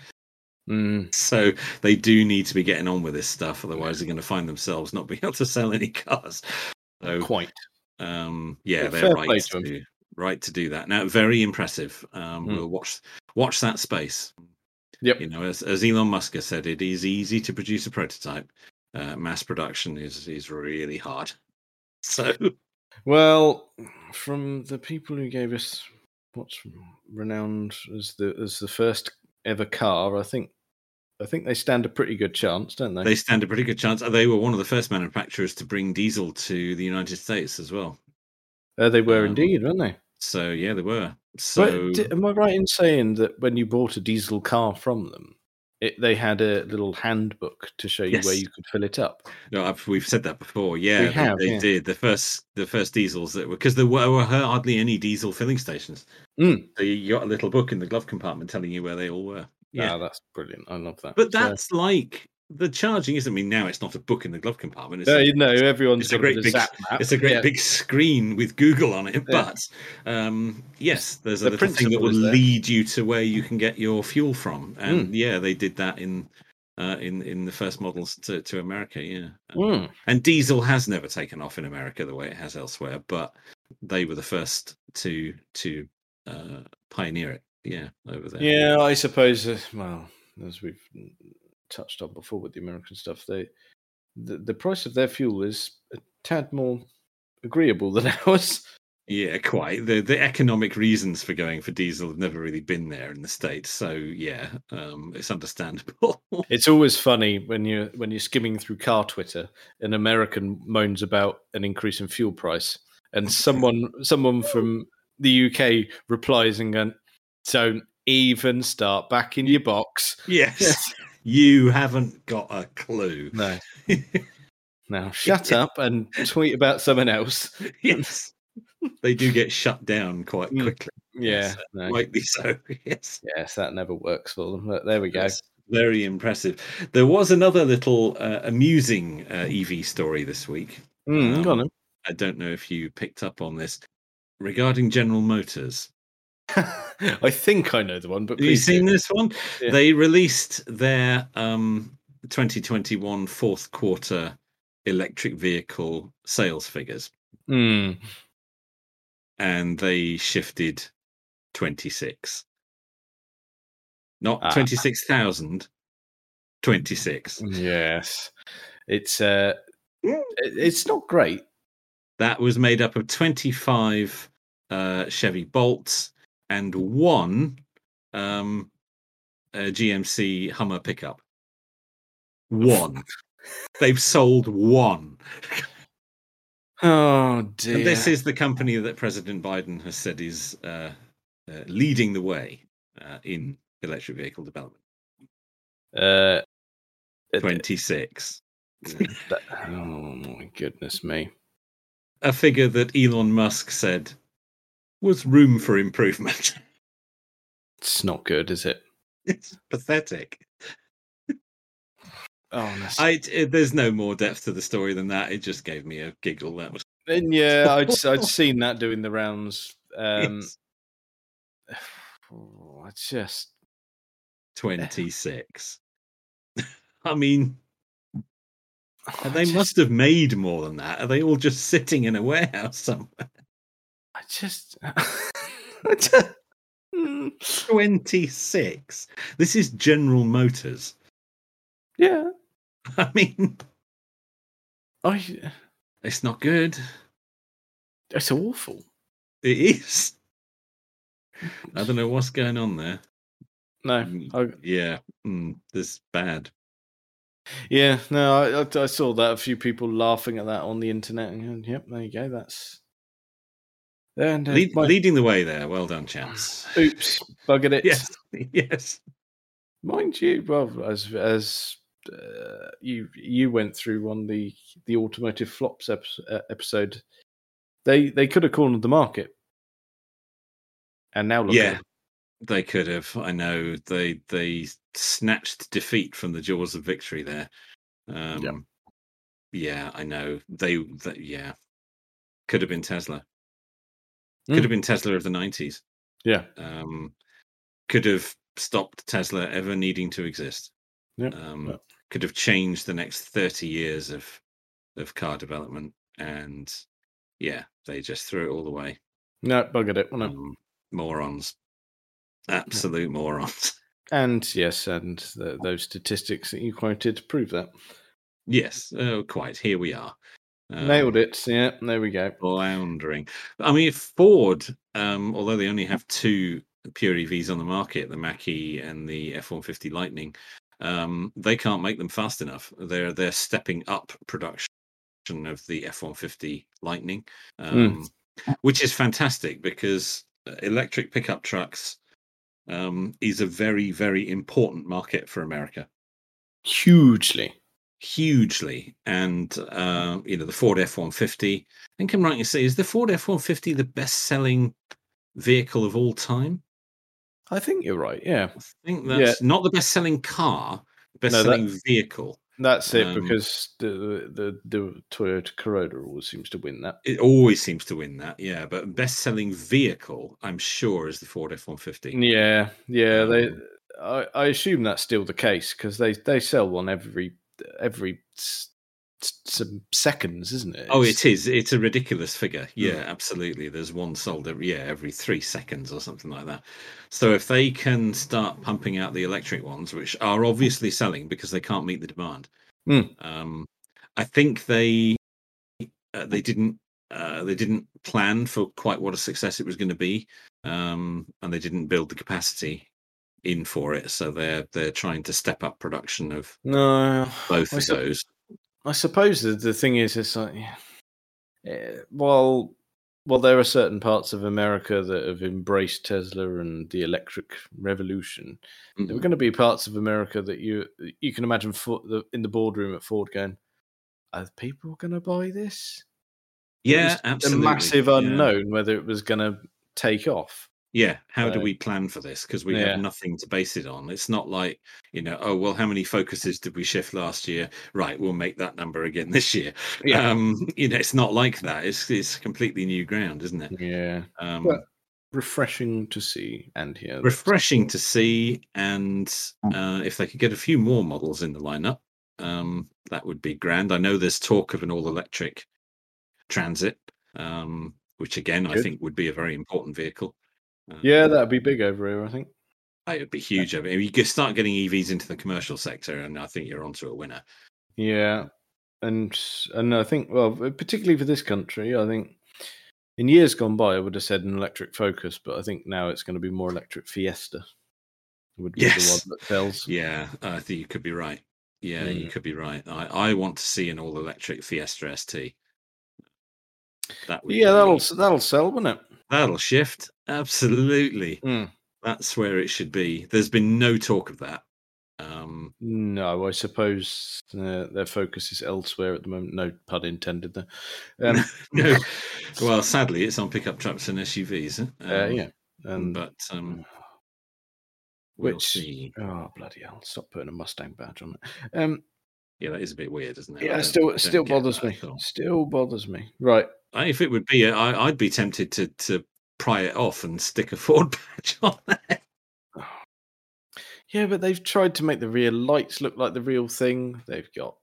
S2: Mm,
S1: So they do need to be getting on with this stuff. Otherwise, they're going to find themselves not being able to sell any cars. So,
S2: quite.
S1: um, yeah,
S2: Well,
S1: they're
S2: fair play
S1: right
S2: to 'em.
S1: to, right to do that. Now, very impressive. Um,
S2: Hmm.
S1: We'll watch watch that space.
S2: Yep.
S1: You know, as, as Elon Musk has said, it is easy to produce a prototype. Uh, mass production is is really hard. (laughs) So
S2: Well, from the people who gave us what's renowned as the as the first ever car, I think I think they stand a pretty good chance, don't they?
S1: they stand a pretty good chance. Uh, They were one of the first manufacturers to bring diesel to the United States as well.
S2: Uh, they were
S1: um,
S2: indeed, weren't they?
S1: So yeah, they were. So
S2: So, am I right in saying that when you bought a diesel car from them, it, they had a little handbook to show you where
S1: Yes.
S2: you could fill it up?
S1: No, I've, we've said that before. Yeah, they,
S2: have,
S1: they
S2: yeah.
S1: did. The first, the first diesels that were because there were, were hardly any diesel filling stations.
S2: Mm.
S1: So you got a little book in the glove compartment telling you where they all were. Yeah.
S2: Yeah, Ah, that's brilliant. I love that.
S1: But
S2: So-
S1: that's like the charging isn't. I mean, now it's not a book in the glove compartment. It's,
S2: no,
S1: a,
S2: you know, everyone's
S1: it's a
S2: got
S1: great
S2: bit of
S1: big-
S2: Zap map.
S1: it's a great
S2: Yeah.
S1: big screen with Google on it.
S2: Yeah.
S1: But um, yes, there's a
S2: The
S1: little thing that
S2: principle
S1: will
S2: is there. Mm.
S1: lead you to where you can get your fuel from. And yeah, they did that in uh, in in the first models to to America. Yeah. Um,
S2: Mm.
S1: And diesel has never taken off in America the way it has elsewhere, but they were the first to to uh, pioneer it. Yeah, over there.
S2: Yeah, I suppose. Uh, well, as we've touched on before with the American stuff, they the, the price of their fuel is a tad more agreeable than (laughs) ours.
S1: yeah, quite. The the economic reasons for going for diesel have never really been there in the states, so yeah, um, it's understandable. (laughs)
S2: It's always funny when you when you're skimming through car Twitter, an American moans about an increase in fuel price,
S1: (laughs)
S2: and someone someone from the UK replies and going, "Don't even start back in your box."
S1: yes, you haven't got a clue.
S2: (laughs) No. Now shut up and tweet about someone else.
S1: (laughs) yes, they do get shut down quite
S2: Mm,
S1: quickly,
S2: Yeah,
S1: Yes, uh,
S2: no.
S1: rightly so. (laughs) Yes.
S2: Yes, that never works for them. But there we go.
S1: Yes, Very impressive. There was another little uh, amusing uh, EV story this week.
S2: Mm,
S1: Um,
S2: go on then.
S1: I don't know if you picked up on this regarding General Motors.
S2: (laughs) I think I know the one, but
S1: Have you
S2: please do.
S1: seen this one?
S2: Yeah.
S1: They released their um, 2021 fourth quarter electric vehicle sales figures,
S2: Mm,
S1: and they shifted 26. Not
S2: Ah.
S1: 26,000, 26.
S2: yes, it's uh, it- it's not great.
S1: That was made up of 25 uh, Chevy Bolts and one um, uh, GMC Hummer pickup. One. They've sold one.
S2: Oh dear.
S1: And this is the company that President Biden has said is uh, uh, leading the way uh, in electric vehicle development.
S2: uh, it-
S1: 26.
S2: that- oh my goodness me.
S1: A figure that Elon Musk said was room for improvement. (laughs)
S2: It's not good, is it?
S1: it's pathetic.
S2: Oh, that's-
S1: I it- there's no more depth to the story than that. It just gave me a giggle. That was
S2: and yeah, I'd I'd seen that doing the rounds. Um,
S1: Yes.
S2: I just
S1: 26. (laughs) I mean,
S2: I
S1: and they
S2: just-
S1: must have made more than that. Are they all just sitting in a warehouse somewhere? (laughs)
S2: I just. (laughs) I just Mm,
S1: 26. This is General Motors. (laughs)
S2: yeah.
S1: I mean,
S2: I,
S1: it's not good.
S2: it's awful.
S1: It is. I don't know what's going on there.
S2: No,
S1: Mm,
S2: I,
S1: Yeah, mm, this is bad.
S2: yeah, no. I, I, I saw that a few people laughing at that on the internet, and yep, there you go. That's and uh,
S1: Lead,
S2: my-
S1: leading the way there. Well done, chaps.
S2: oops, buggered
S1: (laughs)
S2: it.
S1: Yes, (laughs) yes.
S2: mind you. Well, as as uh, you you went through on the the automotive flops epi- uh, episode, they they could have cornered the market, and now look at
S1: Yeah.
S2: them.
S1: They could have. I know they they snatched defeat from the jaws of victory there. Um,
S2: Yep.
S1: Yeah, I know they. th yeah, could have been Tesla.
S2: Mm.
S1: Could have been Tesla of the nineties.
S2: Yeah.
S1: Um, could have stopped Tesla ever needing to exist.
S2: Yep.
S1: Um,
S2: Yep.
S1: Could have changed the next thirty years of of car development, and yeah, they just threw it all away.
S2: No, buggered it. Well, no.
S1: Um, morons, absolute morons.
S2: And yes, and th those statistics that you quoted prove that.
S1: Yes, oh, quite. Here we are. Um,
S2: Nailed it. Yeah, there we go.
S1: Floundering. I mean, Ford, um, although they only have two pure EVs on the market, the Mackie and the F one fifty Lightning, um, they can't make them fast enough. They're they're stepping up production of the F one fifty Lightning,
S2: Hmm.
S1: um, which is fantastic because uh, electric pickup trucks um, is a very very important market for America
S2: Hugely.
S1: hugely. And uh, you know, the Ford F one fifty. I think I'm right in saying is the Ford F one fifty the best selling vehicle of all time?
S2: I think you're right. Yeah.
S1: I think
S2: Yeah.
S1: that's not the best selling car, best selling vehicle.
S2: That's it
S1: Um,
S2: because the, the the Toyota Corolla always seems to win that.
S1: It always seems to win that, yeah. But best selling vehicle, I'm sure, is the Ford F one fifty.
S2: Yeah, yeah. They,
S1: Um,
S2: I, I assume that's still the case because they they sell one every every s- s- some seconds, isn't it?
S1: Oh,
S2: It's- Hmm.
S1: it is. It's a ridiculous figure. Yeah, absolutely. There's one sold every yeah every three seconds or something like that. So if they can start pumping out the electric ones, which are obviously selling because they can't meet the demand,
S2: Mm.
S1: um, I think they uh, they didn't uh, they didn't plan for quite what a success it was going to be, um, and they didn't build the capacity in for it. So they're they're trying to step up production of
S2: No,
S1: both
S2: I
S1: of
S2: sup-
S1: those.
S2: I suppose the, the thing is, it's like, yeah, eh, well, well, there are certain parts of America that have embraced Tesla and the electric revolution.
S1: Mm-hmm.
S2: There are going to be parts of America that you you can imagine for the, in the boardroom at Ford going, are people going to buy this? It
S1: Yeah,
S2: was
S1: absolutely.
S2: A massive
S1: yeah.
S2: unknown whether it was going to take off.
S1: Yeah, how do
S2: So-
S1: we plan for this? Because we
S2: Yeah.
S1: have nothing to base it on. It's not like, you know, oh, well, how many focuses did we shift last year? Right, we'll make that number again (laughs) this year.
S2: Yeah.
S1: Um, you know, it's not like that. It's it's completely new ground, isn't it?
S2: yeah.
S1: Um,
S2: Well, Refreshing to see and hear.
S1: refreshing to see. And uh, if they could get a few more models in the lineup, um, that would be grand. I know there's talk of an all electric transit, um, which again, I
S2: Good.
S1: think would be a very important vehicle.
S2: Yeah,
S1: Um,
S2: that'd be big over here, I think.
S1: It would be huge. I mean, you could start getting EVs into the commercial sector, and I think you're onto a winner.
S2: Yeah. And and I think well, particularly for this country, I think in years gone by I would have said an electric focus, but I think now it's going to be more electric fiesta. Would be
S1: Yes.
S2: the one that sells.
S1: (laughs) Yeah, I think you could be right. Yeah, you
S2: Mm.
S1: could be right. I, I want to see an all electric Fiesta ST. That would
S2: Yeah,
S1: be-
S2: that'll that'll sell, won't it?
S1: that'll shift. Absolutely,
S2: Mm.
S1: that's where it should be. There's been no talk of that. Um, (laughs)
S2: No, I suppose uh, their focus is elsewhere at the moment. No pun intended there. Um,
S1: (laughs)
S2: (laughs)
S1: no, well, sadly, it's on pickup trucks and SUVs. eh?
S2: uh,
S1: Um,
S2: yeah, and
S1: but
S2: (sighs)
S1: um, we'll
S2: Which-
S1: see.
S2: oh bloody hell! Stop putting a Mustang badge on it. Um,
S1: Yeah, that is a bit weird, isn't it? I
S2: yeah,
S1: don't-
S2: still,
S1: I
S2: it
S1: don't
S2: still
S1: get
S2: bothers
S1: that
S2: me.
S1: at all.
S2: Still bothers me. Right.
S1: I- If it would be, uh, I, I'd be tempted to to pry it off and stick a (laughs) Ford badge on there.
S2: Yeah, but they've tried to make the rear lights look like the real thing. They've got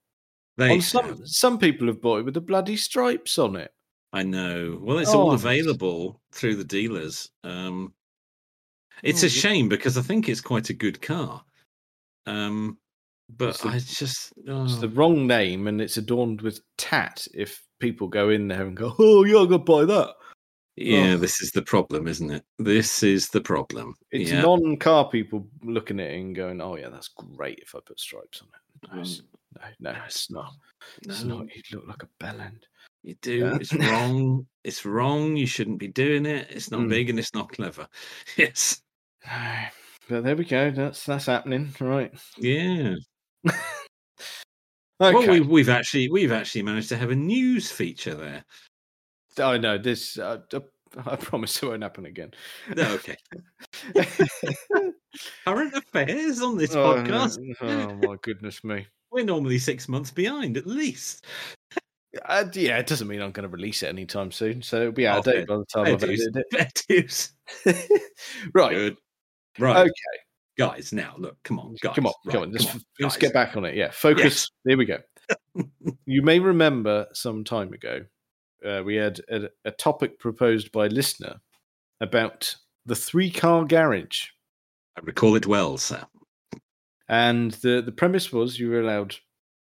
S1: They
S2: on
S1: have,
S2: some. Some people have bought it with the bloody stripes on it.
S1: I know. Well, it's all
S2: Oh.
S1: available through the dealers. Um, it's
S2: Oh,
S1: a
S2: yeah.
S1: shame because I think it's quite a good car. Um, but
S2: the-
S1: I just
S2: It's the
S1: oh,
S2: wrong name, and it's adorned with tat. If people go in there and go, (laughs) "Oh yeah, I gotta buy that,"
S1: yeah,
S2: oh.
S1: this is the problem, isn't it? This is the problem.
S2: it's
S1: yeah.
S2: non-car people looking at it and going, "Oh yeah, that's great." If I put stripes on it, no, it's- no, no,
S1: no,
S2: it's not. It's
S1: no,
S2: not. You look like a bellend.
S1: you do.
S2: Yeah.
S1: It's wrong. It's wrong. You shouldn't be doing it. It's not
S2: Mm.
S1: big and it's not clever. (laughs) Yes.
S2: (sighs) But there we go. That's that's happening, right?
S1: Yeah.
S2: Okay.
S1: Well, we've, we've actually we've actually managed to have a news feature there.
S2: I know this. Uh, uh, I promise it won't
S1: (laughs)
S2: happen again.
S1: No, okay. Current affairs on this
S2: Oh,
S1: podcast.
S2: no. oh my goodness me.
S1: We're normally six months behind at least.
S2: Uh, yeah, it doesn't mean I'm going to release it anytime soon. So it'll be out of
S1: Oh,
S2: date by the time
S1: fair
S2: I've
S1: dues.
S2: edited
S1: Fair (laughs) dues.
S2: it. (laughs) right.
S1: Good. Right,
S2: Okay.
S1: guys. Now look, come on, guys.
S2: come on.
S1: right,
S2: come on. Let's, let's
S1: guys.
S2: get back on it. Yeah. Focus.
S1: (laughs)
S2: Here we go. you may remember some time ago, uh, we had a, a topic proposed by a listener about the three car garage.
S1: I recall it well, sir.
S2: And the, the premise was you were allowed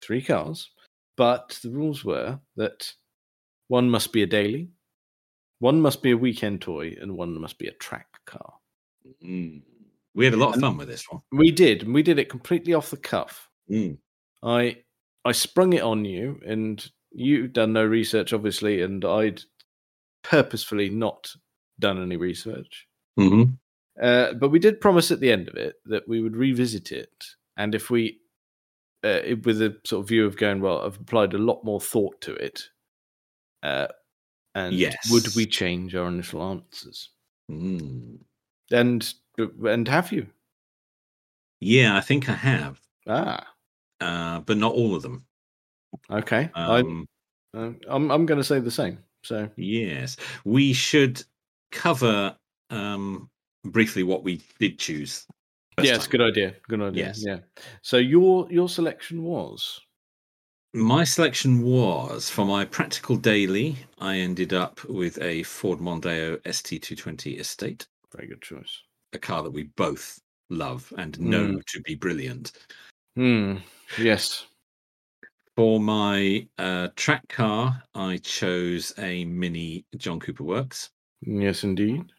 S2: three cars, but the rules were that one must be a daily, one must be a weekend toy, and one must be a track car.
S1: Mm. We had a lot of
S2: And-
S1: fun with this one.
S2: We did, and we did it completely off the cuff.
S1: Mm.
S2: I I sprung it on you, and you'd done no research, obviously, and I'd purposefully not done any research.
S1: hmm
S2: Uh, but we did promise at the end of it that we would revisit it, and if we, uh, it- with a sort of view of going, well, I've applied a lot more thought to it, uh, and
S1: Yes.
S2: would we change our initial answers?
S1: Mm.
S2: And and have you?
S1: Yeah, I think I have,
S2: Ah,
S1: uh, but not all of them.
S2: okay.
S1: Um,
S2: I, uh, I'm I'm going to say the same. So
S1: Yes, we should cover um, briefly what we did choose. first
S2: yeah, it's a
S1: time.
S2: good idea. Good idea.
S1: Yes.
S2: Yeah. So your your selection was
S1: My selection was for my practical daily. I ended up with a Ford Mondeo ST220 Estate,
S2: very good choice.
S1: a car that we both love and know to be brilliant.
S2: Hmm. Yes.
S1: For my uh, track car, I chose a Mini John Cooper Works,
S2: Yes, indeed.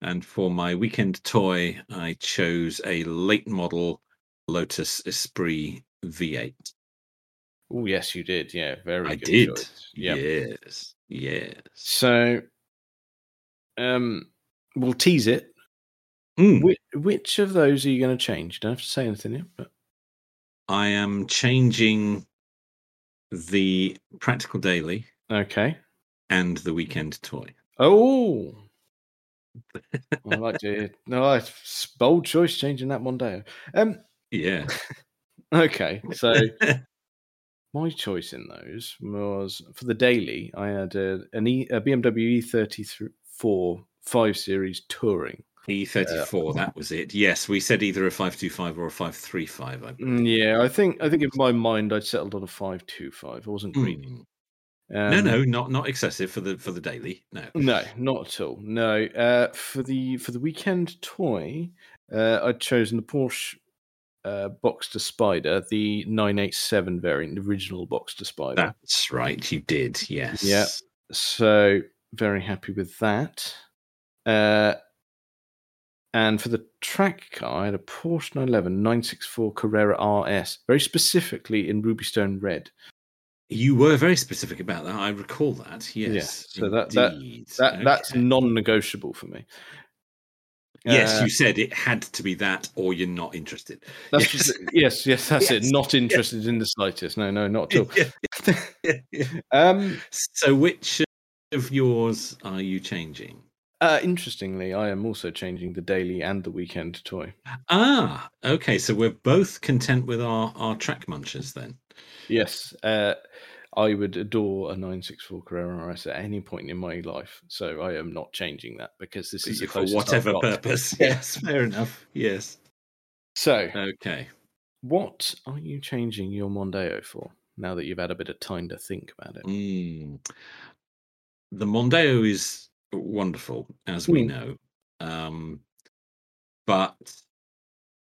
S1: and for my weekend toy, I chose a late model Lotus Esprit V8.
S2: Oh, yes, you did. Yeah, very.
S1: I
S2: good
S1: did.
S2: choice. Yeah.
S1: Yes. Yes.
S2: So, um, we'll tease it.
S1: Mm.
S2: Which, which of those are you going to change? You don't have to say anything yet, but
S1: I am changing the practical daily
S2: okay.
S1: and the weekend toy.
S2: Oh, I like to. hear- (laughs) No, I bold choice changing that one day. Um, (laughs)
S1: Yeah.
S2: okay.
S1: (laughs)
S2: So my choice in those was for the daily. I had a, an e, a BMW E34 5 Series Touring.
S1: E34, E that was it. Yes, we said either a 525 or a 535. I believe.
S2: Mm, Yeah, I think I think in my mind I settled on a five two five. I wasn't greedy.
S1: Mm.
S2: Hmm. Um, Hmm.
S1: No, no, not not excessive for the for the daily. No.
S2: no, not at all. No, uh, for the for the weekend toy, uh, I'd chosen the Porsche uh, Boxster Spider, the nine eight seven variant, the original Boxster Spider.
S1: That's right. You did. Yes.
S2: So very happy with that. Uh, and for the track car, I had a Porsche 911 964 Carrera RS, very specifically in ruby stone red.
S1: You were very specific about that. I recall that.
S2: Yeah,
S1: Yes.
S2: so that- that-
S1: indeed.
S2: That that's
S1: Okay.
S2: non-negotiable for me.
S1: Yes,
S2: Uh,
S1: you said it had to be that, or you're not interested.
S2: that's yes.
S1: yes. (laughs)
S2: yes, yes, that's it.
S1: Yes,
S2: Not interested in the slightest. No, no, not at all. Um,
S1: (laughs) So, which of yours are you changing?
S2: uh, interestingly, I am also changing the daily and the weekend toy.
S1: Ah, okay. So we're both content with our our track munchers then.
S2: Yes, uh, I would adore a 964 Carrera RS at any point in my life, so I am not changing that because this is the
S1: For
S2: closest I've
S1: whatever
S2: got. (laughs)
S1: purpose.
S2: Yeah.
S1: Yes, fair enough. Yes. (laughs)
S2: So,
S1: Okay.
S2: what are you changing your Mondeo for now that you've had a bit of time to think about it?
S1: Mm. The Mondeo is wonderful, as we
S2: Mm.
S1: know, um, but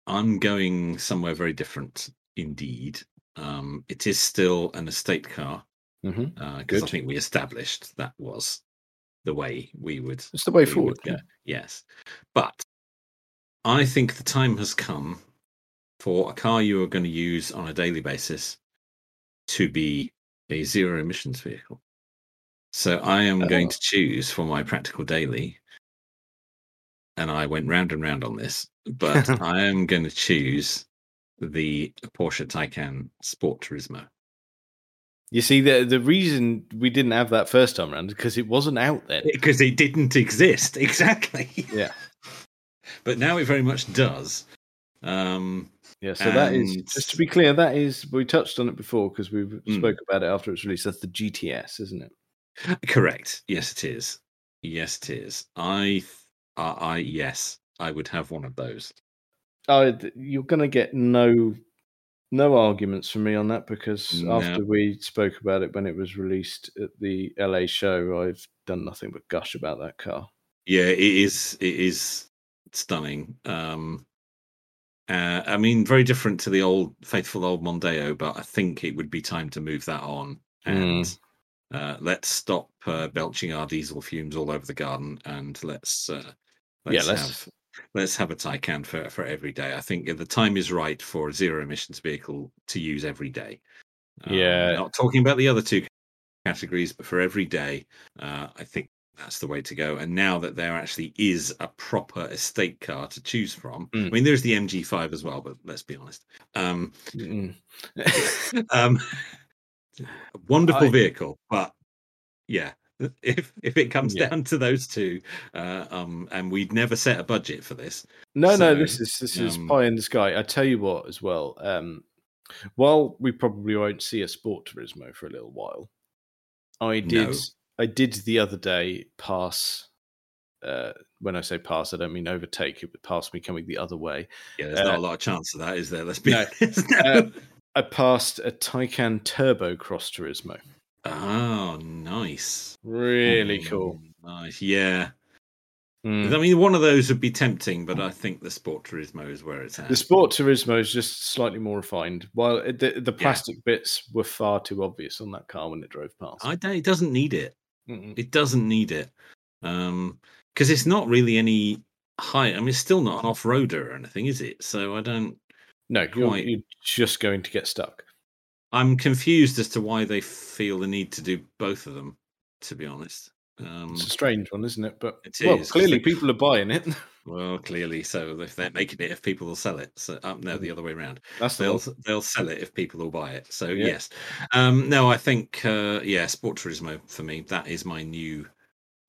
S1: I'm going somewhere very different indeed. Um, it is still an estate car.
S2: hmm
S1: because I
S2: Good.
S1: think we established that was the way we would
S2: It's the way
S1: we
S2: forward.
S1: would go. Yes, but I think the time has come for a car you are going to use on a daily basis to be a zero emissions vehicle. So I am going
S2: Oh.
S1: to choose for my practical daily, and I went round and round on this,
S2: (laughs)
S1: but I am going to choose the Porsche Taycan Sport Turismo.
S2: You see, the the reason we didn't have that first time around is because it wasn't out then.
S1: because it didn't exist (laughs) exactly.
S2: Yeah.
S1: but now it very much does. Um,
S2: Yeah, so that is
S1: And-
S2: just to be clear, that is we touched on it before because we
S1: Mm.
S2: spoke about it after its release. That's the GTS, isn't it?
S1: correct. Yes, it is. Yes, it is. I, th- I, I yes, I would have one of those.
S2: Oh, th- you're going to get no no arguments from me on that because
S1: No.
S2: after we spoke about it when it was released at the LA show, I've done nothing but gush about that car.
S1: Yeah, it is. It is stunning. Um, uh, I mean, very different to the old faithful old Mondeo, but I think it would be time to move that on and.
S2: Mm.
S1: Uh, let's stop uh, belching our diesel fumes all over the garden, and let's uh, let's,
S2: yeah, let's
S1: have let's have a Taycan for, for every day. I think the time is right for a zero emissions vehicle to use every day. Um,
S2: Yeah.
S1: Not talking about the other two categories, but for every day, uh, I think that's the way to go. And now that there actually is a proper estate car to choose from, I
S2: Mm.
S1: mean, there's the MG5 as well, but let's be honest. Um, (laughs)
S2: Mm. (laughs)
S1: um, wonderful
S2: I-
S1: vehicle, but yeah. (laughs) If if it comes
S2: Yeah.
S1: down to those two, uh, um, and we'd never set a budget for this,
S2: No, no,
S1: So,
S2: this is this is
S1: um,
S2: pie in the sky. I tell you what, as well. Um, while we probably won't see a Sport Turismo for a little while, I did
S1: No.
S2: I did the other day pass. Uh, when I say pass, I don't mean overtake. It would pass me coming the other way.
S1: Yeah, there's
S2: Uh,
S1: not a lot of chance of that, is there? Let's be
S2: no.
S1: (laughs) honest. No.
S2: Uh, I passed a Taycan Turbo Cross Turismo.
S1: oh, nice.
S2: Really
S1: Mm,
S2: cool.
S1: Nice. Yeah.
S2: Mm.
S1: I mean, one of those would be tempting, but I think the Sport Turismo is where it's at.
S2: The Sport Turismo is just slightly more refined. While it- the the
S1: Yeah.
S2: plastic bits were far too obvious on that car when it drove past.
S1: I don't, it doesn't need it.
S2: Mm-mm.
S1: It doesn't need it. Um, because it's not really any high. I mean, it's still not an off roader or anything, is it? So I don't.
S2: No, you're,
S1: quite.
S2: you're just going to get stuck.
S1: I'm confused as to why they feel the need to do both of them, to be honest. Um,
S2: It's a strange one, isn't it? But
S1: It
S2: well,
S1: is, 'cause
S2: clearly
S1: they-
S2: people are buying it. (laughs)
S1: well, clearly, so if they're making it, if people will sell it. So, um, no,
S2: Hmm.
S1: the other way around.
S2: That's the
S1: they'll
S2: one.
S1: s- they'll sell it if people will buy it. So
S2: Yeah.
S1: yes, um, no, I think uh, yeah, Sport Turismo for me that is my new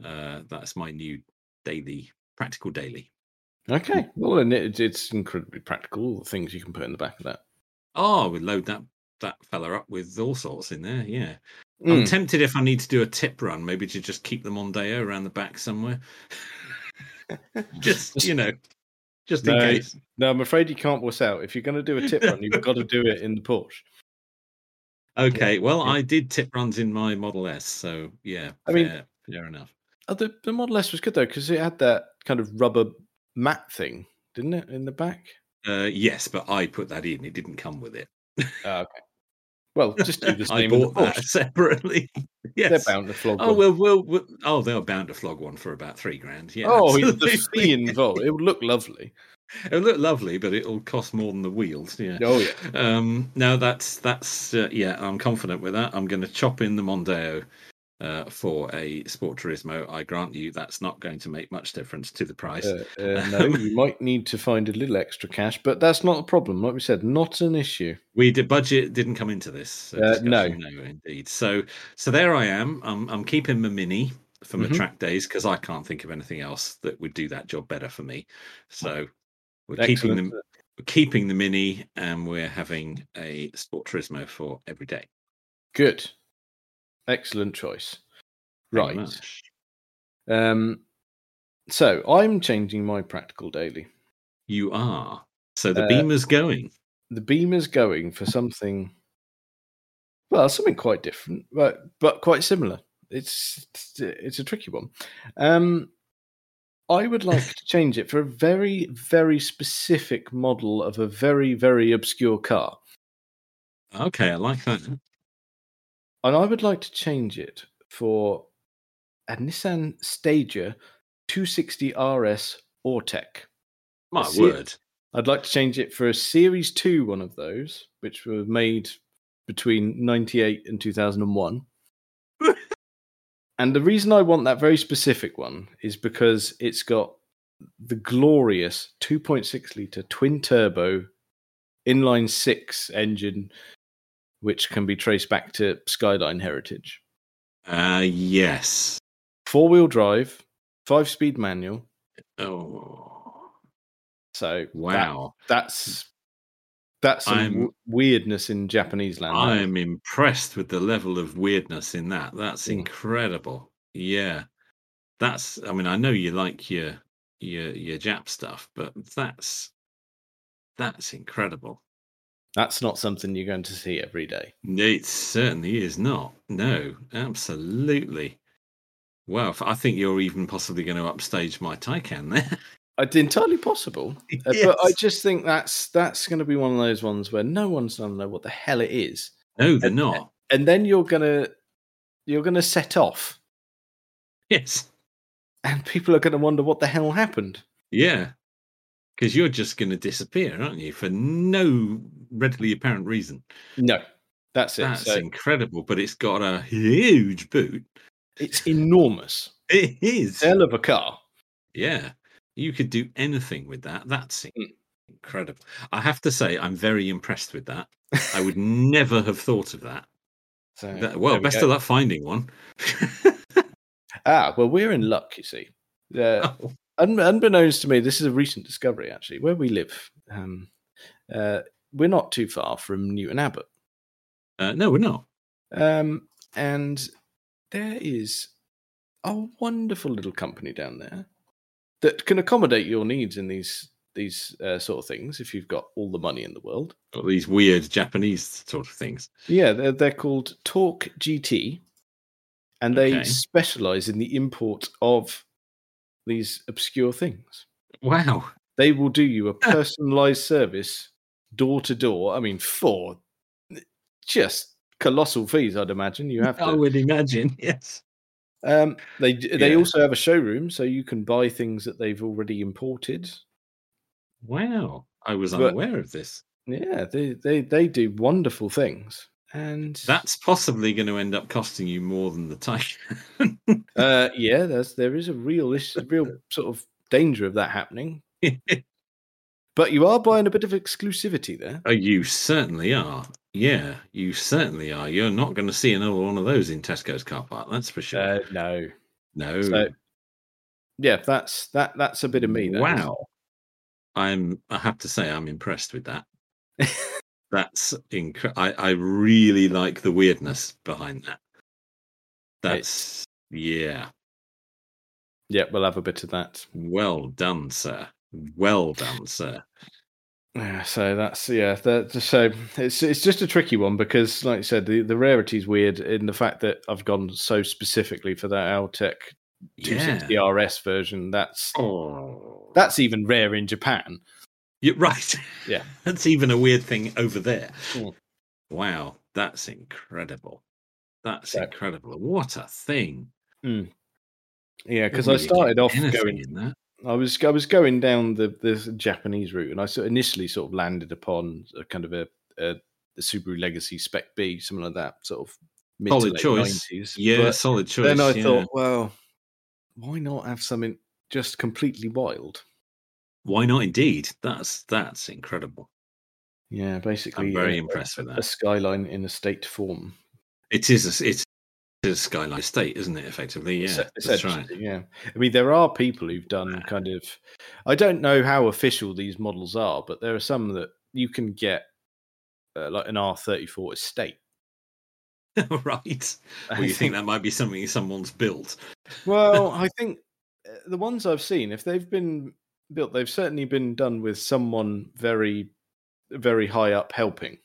S1: uh, that's my new daily practical daily. (laughs)
S2: Okay, well, and it, it's incredibly practical. All the things you can put in the back of that.
S1: Oh, we load that that fella up with all sorts in there. Yeah, I'm
S2: Mm.
S1: tempted if I need to do a tip run, maybe to just keep the Mondeo around the back somewhere. (laughs) just
S2: Just-
S1: you know, just in
S2: No,
S1: case.
S2: no, I'm afraid you can't wuss out. If you're going to do a tip run, you've got to do it in the Porsche.
S1: Okay, well,
S2: yeah.
S1: I did tip runs in my Model S, so yeah,
S2: I mean-
S1: fair, fair enough.
S2: Oh, the, the Model S was good though because it had that kind of rubber mat thing, didn't it, in the back?
S1: Uh, yes, but I put that in. It didn't come with it.
S2: Ah, okay.
S1: (laughs)
S2: Well, just do the
S1: I
S2: same. in the
S1: bought that (laughs)
S2: Porsche.
S1: separately. yes.
S2: They're bound to flog.
S1: Oh
S2: one.
S1: well, well, well, oh, they were bound to flog one for about three grand. Yeah.
S2: oh, the
S1: absolutely.
S2: fee involved. It would look lovely.
S1: (laughs) It looked lovely, but it'll cost more than the wheels. Yeah.
S2: Oh yeah.
S1: Um. No, that's that's uh, yeah. I'm confident with that. I'm going to chop in the Mondeo. Uh, for a Sport Turismo, I grant you that's not going to make much difference to the price.
S2: Uh,
S1: (laughs)
S2: uh, no,
S1: Um,
S2: you might need to find a little extra cash, but that's not a problem. Like we said, not an issue.
S1: We did budget didn't come into this. so
S2: Uh, no.
S1: discussion, no, indeed. So, so there I am. I'm I'm keeping my mini for my
S2: Mhm.
S1: track days because I can't think of anything else that would do that job better for me. So, we're
S2: Oh, Excellent.
S1: keeping the we're keeping the mini, and we're having a Sport Turismo for every day.
S2: Good. Excellent choice.
S1: Thank you
S2: Right.
S1: much.
S2: Um, so I'm changing my practical daily.
S1: You are. So the
S2: Uh,
S1: beamer's going.
S2: The Beamer's going for something, well, something quite different, but, but quite similar. It's it's a tricky one. Um, I would like
S1: (laughs)
S2: to change it for a very very specific model of a very very obscure car.
S1: Okay, I like that.
S2: And I would like to change it for a Nissan Stager 260 RS Ortec.
S1: My
S2: see it.
S1: word.
S2: I'd like to change it for a Series 2 one of those, which were made between 98 and 2001. and the reason I want that very specific one is because it's got the glorious 2.6 litre twin turbo inline six engine which can be traced back to Skyline heritage.
S1: Uh, yes.
S2: Four wheel drive, five speed manual.
S1: Oh,
S2: So that-
S1: wow.
S2: that's that's some
S1: I'm-
S2: w- weirdness in Japanese land.
S1: I'm impressed with the level of weirdness in that. That's
S2: Mm.
S1: incredible. Yeah. That's I mean, I know you like your your your Jap stuff, but that's that's incredible.
S2: That's not something you're going to see every day.
S1: It certainly is not. No, absolutely. Well, f- I think you're even possibly going to upstage my Taycan there. (laughs)
S2: It's entirely possible, uh, but I just think that's that's going to be one of those ones where no one's going to know what the hell it is,
S1: no,
S2: (laughs)
S1: they're
S2: and-
S1: not.
S2: and then you're gonna you're gonna set off,
S1: Yes.
S2: and (laughs) people are going to wonder what the hell happened.
S1: Yeah. Because you're just going to disappear, aren't you? For no readily apparent reason.
S2: No, that's it.
S1: That's
S2: so
S1: incredible, but it's got a huge boot.
S2: it's enormous,
S1: It is.
S2: hell of a car.
S1: Yeah. You could do anything with that. That's
S2: Hmm.
S1: in- incredible. I have to say, I'm very impressed with that. I
S2: (laughs)
S1: would never have thought of that.
S2: So
S1: That- well,
S2: there we
S1: best
S2: go.
S1: of luck finding one.
S2: Ah, well, we're in luck, you see.
S1: (laughs)
S2: Uh,
S1: Oh,
S2: un- unbeknownst to me, this is a recent discovery actually. Where we live, um, uh, we're not too far from Newton Abbott,
S1: uh, no, we're not.
S2: um, and there is a wonderful little company down there that can accommodate your needs in these these uh, sort of things if you've got all the money in the world.
S1: Got these weird Japanese sort of things.
S2: Yeah, they're, they're called Talk GT, and they
S1: Okay.
S2: specialize in the import of these obscure things.
S1: Wow.
S2: they will
S1: (laughs)
S2: do you a personalized service door to door. I mean, for just colossal fees, I'd imagine you
S1: (laughs)
S2: have
S1: I
S2: to.
S1: would imagine. Yes.
S2: Um, they d- they
S1: Yeah.
S2: also have a showroom, so you can buy things that they've already imported.
S1: Wow. I was
S2: But-
S1: unaware of this.
S2: Yeah, they they they do wonderful things, and
S1: That's possibly going to end up costing you more than the Taycan. (laughs)
S2: uh, yeah, there's there is a real is- real sort of danger of that happening. But you are buying a bit of exclusivity there.
S1: Oh, you certainly are. Yeah, you certainly are. You're not going to see another one of those in Tesco's car park. That's for sure.
S2: Uh, no,
S1: no.
S2: so yeah, that's that that's a bit of me. There.
S1: wow. I'm. I have to say, I'm impressed with
S2: (laughs)
S1: that. That's inc- I, I really like the weirdness behind that. That's yeah.
S2: Yeah, we'll have a bit of that.
S1: Well done, sir. Well done, sir.
S2: Yeah, so that's yeah. That, so it's it's just a tricky one because, like you said, the the rarity's weird in the fact that I've gone so specifically for that Altec
S1: Yeah.
S2: 260 RS version. That's
S1: Oh.
S2: that's even rare in Japan.
S1: Yeah, right. (laughs)
S2: Yeah.
S1: that's even a weird thing over there.
S2: Mm.
S1: Wow, that's incredible. That's
S2: So-
S1: incredible. What a thing.
S2: Yeah, because
S1: Well,
S2: I
S1: you get
S2: started off
S1: Anything
S2: going.
S1: in that.
S2: I was I was going down the the Japanese route, and I sort initially sort of landed upon a kind of a, a, a Subaru Legacy Spec B, something like that, sort of mid to
S1: Solid
S2: late
S1: choice.
S2: 90s.
S1: Yeah,
S2: But-
S1: solid choice.
S2: then I
S1: yeah.
S2: thought, well, why not have something just completely wild?
S1: why not? Indeed, that's that's incredible.
S2: Yeah, basically,
S1: I'm
S2: uh,
S1: very impressed with
S2: A
S1: that.
S2: skyline in estate form.
S1: It is a, s- it's a skyline estate, isn't it? Effectively, yeah.
S2: es-
S1: That's right. Ah.
S2: essentially, Yeah, I mean, there are people who've done kind of. I don't know how official these models are, but there are some that you can get. Uh, like an
S1: (laughs)
S2: R34 estate.
S1: (laughs) right. Well, you
S2: (laughs)
S1: think that might be something someone's built? (laughs)
S2: well, I think uh, the ones I've seen, if they've been built, they've certainly been done with someone very, very high up helping.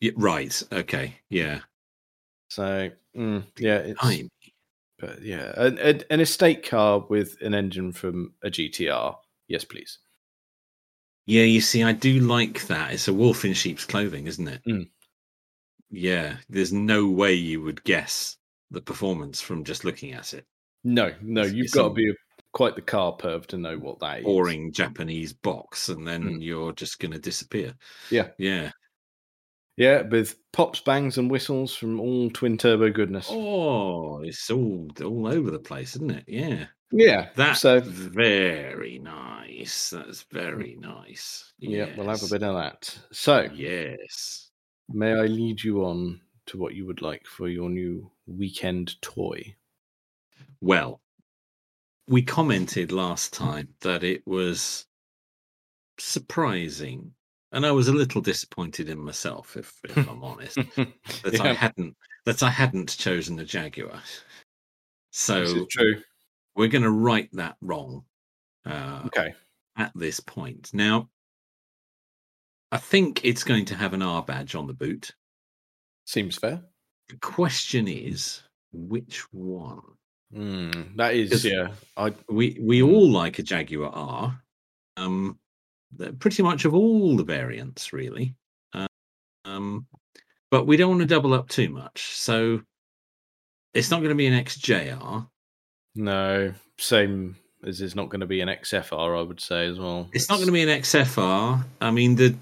S1: Yeah, right. Okay. Yeah.
S2: So, mm, yeah, it's,
S1: Fine.
S2: But yeah, an, an, an estate car with an engine from a GTR. Yes, please.
S1: Yeah, you see, I do like that. It's a wolf in sheep's clothing, isn't it?
S2: Mm.
S1: Yeah, there's no way you would guess the performance from just looking at it.
S2: No, no,
S1: It's-
S2: you've
S1: it's
S2: got
S1: a-
S2: to be a, quite the car perv to know what that is.
S1: Boring Japanese box, and then you're just going to disappear.
S2: Mm. Yeah.
S1: Yeah.
S2: Yeah, with pops, bangs, and whistles from all twin turbo goodness.
S1: Oh, it's all all over the place, isn't it? Yeah.
S2: Yeah,
S1: That's
S2: so Mm.
S1: very nice. That's very nice.
S2: yeah, we'll have a
S1: Yes.
S2: bit of that. So
S1: Yes.
S2: May I lead you on to what you would like for your new
S1: (laughs)
S2: weekend toy?
S1: Well, we commented last time that it was surprising, and I was a little disappointed in myself, if, if
S2: (laughs)
S1: I'm honest, that I
S2: Yeah.
S1: hadn't that I hadn't chosen a Jaguar.
S2: This
S1: So
S2: is true.
S1: we're going to right that wrong. Uh,
S2: Okay.
S1: at this point. Now, I think it's going to have an R badge on the boot.
S2: Seems fair.
S1: The question is, which one?
S2: Mm, that
S1: Yes.
S2: is, yeah. I
S1: We we all like a Jaguar R, um, the- pretty much of all the variants, really. Uh, um, but we don't want to double up too much, so it's not going to be an XJR.
S2: no same as there's not going to be an XFR. I would say as well.
S1: It's not going to be an XFR. I mean, the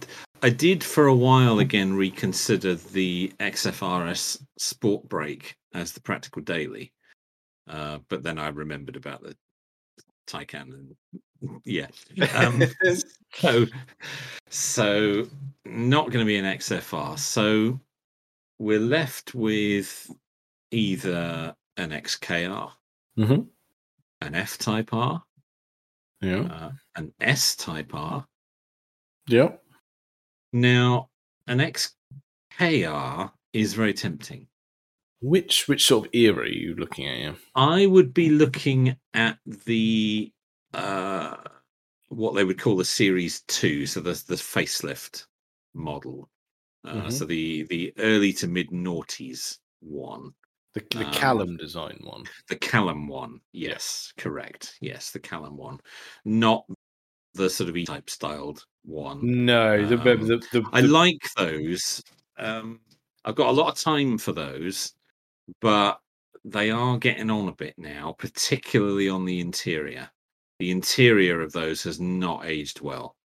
S1: I did for a while again reconsider the XFRS Sport Break as the practical daily, uh, but then I remembered about the Taycan and yeah, um, so so not going to be an XFR. So we're left with either an XKR,
S2: Mhm.
S1: an F Type R,
S2: (laughs) yeah.
S1: uh, an S Type R.
S2: Yeah.
S1: Now, an XKR is very tempting.
S2: Which which sort of era are you looking at? Yeah.
S1: I would be looking at the uh, what they would call the Series Two, so the the facelift model, uh,
S2: Mhm.
S1: so the the early to mid noughties one,
S2: The, the
S1: Um,
S2: Callum design one.
S1: the Callum one. Yes, correct. Yes, the Callum one, not the sort of E type styled one.
S2: No, the, the,
S1: um,
S2: the, the,
S1: I like those. Um, I've got a lot of time for those, but they are getting on a bit now, particularly on the interior. The interior of those has not aged well.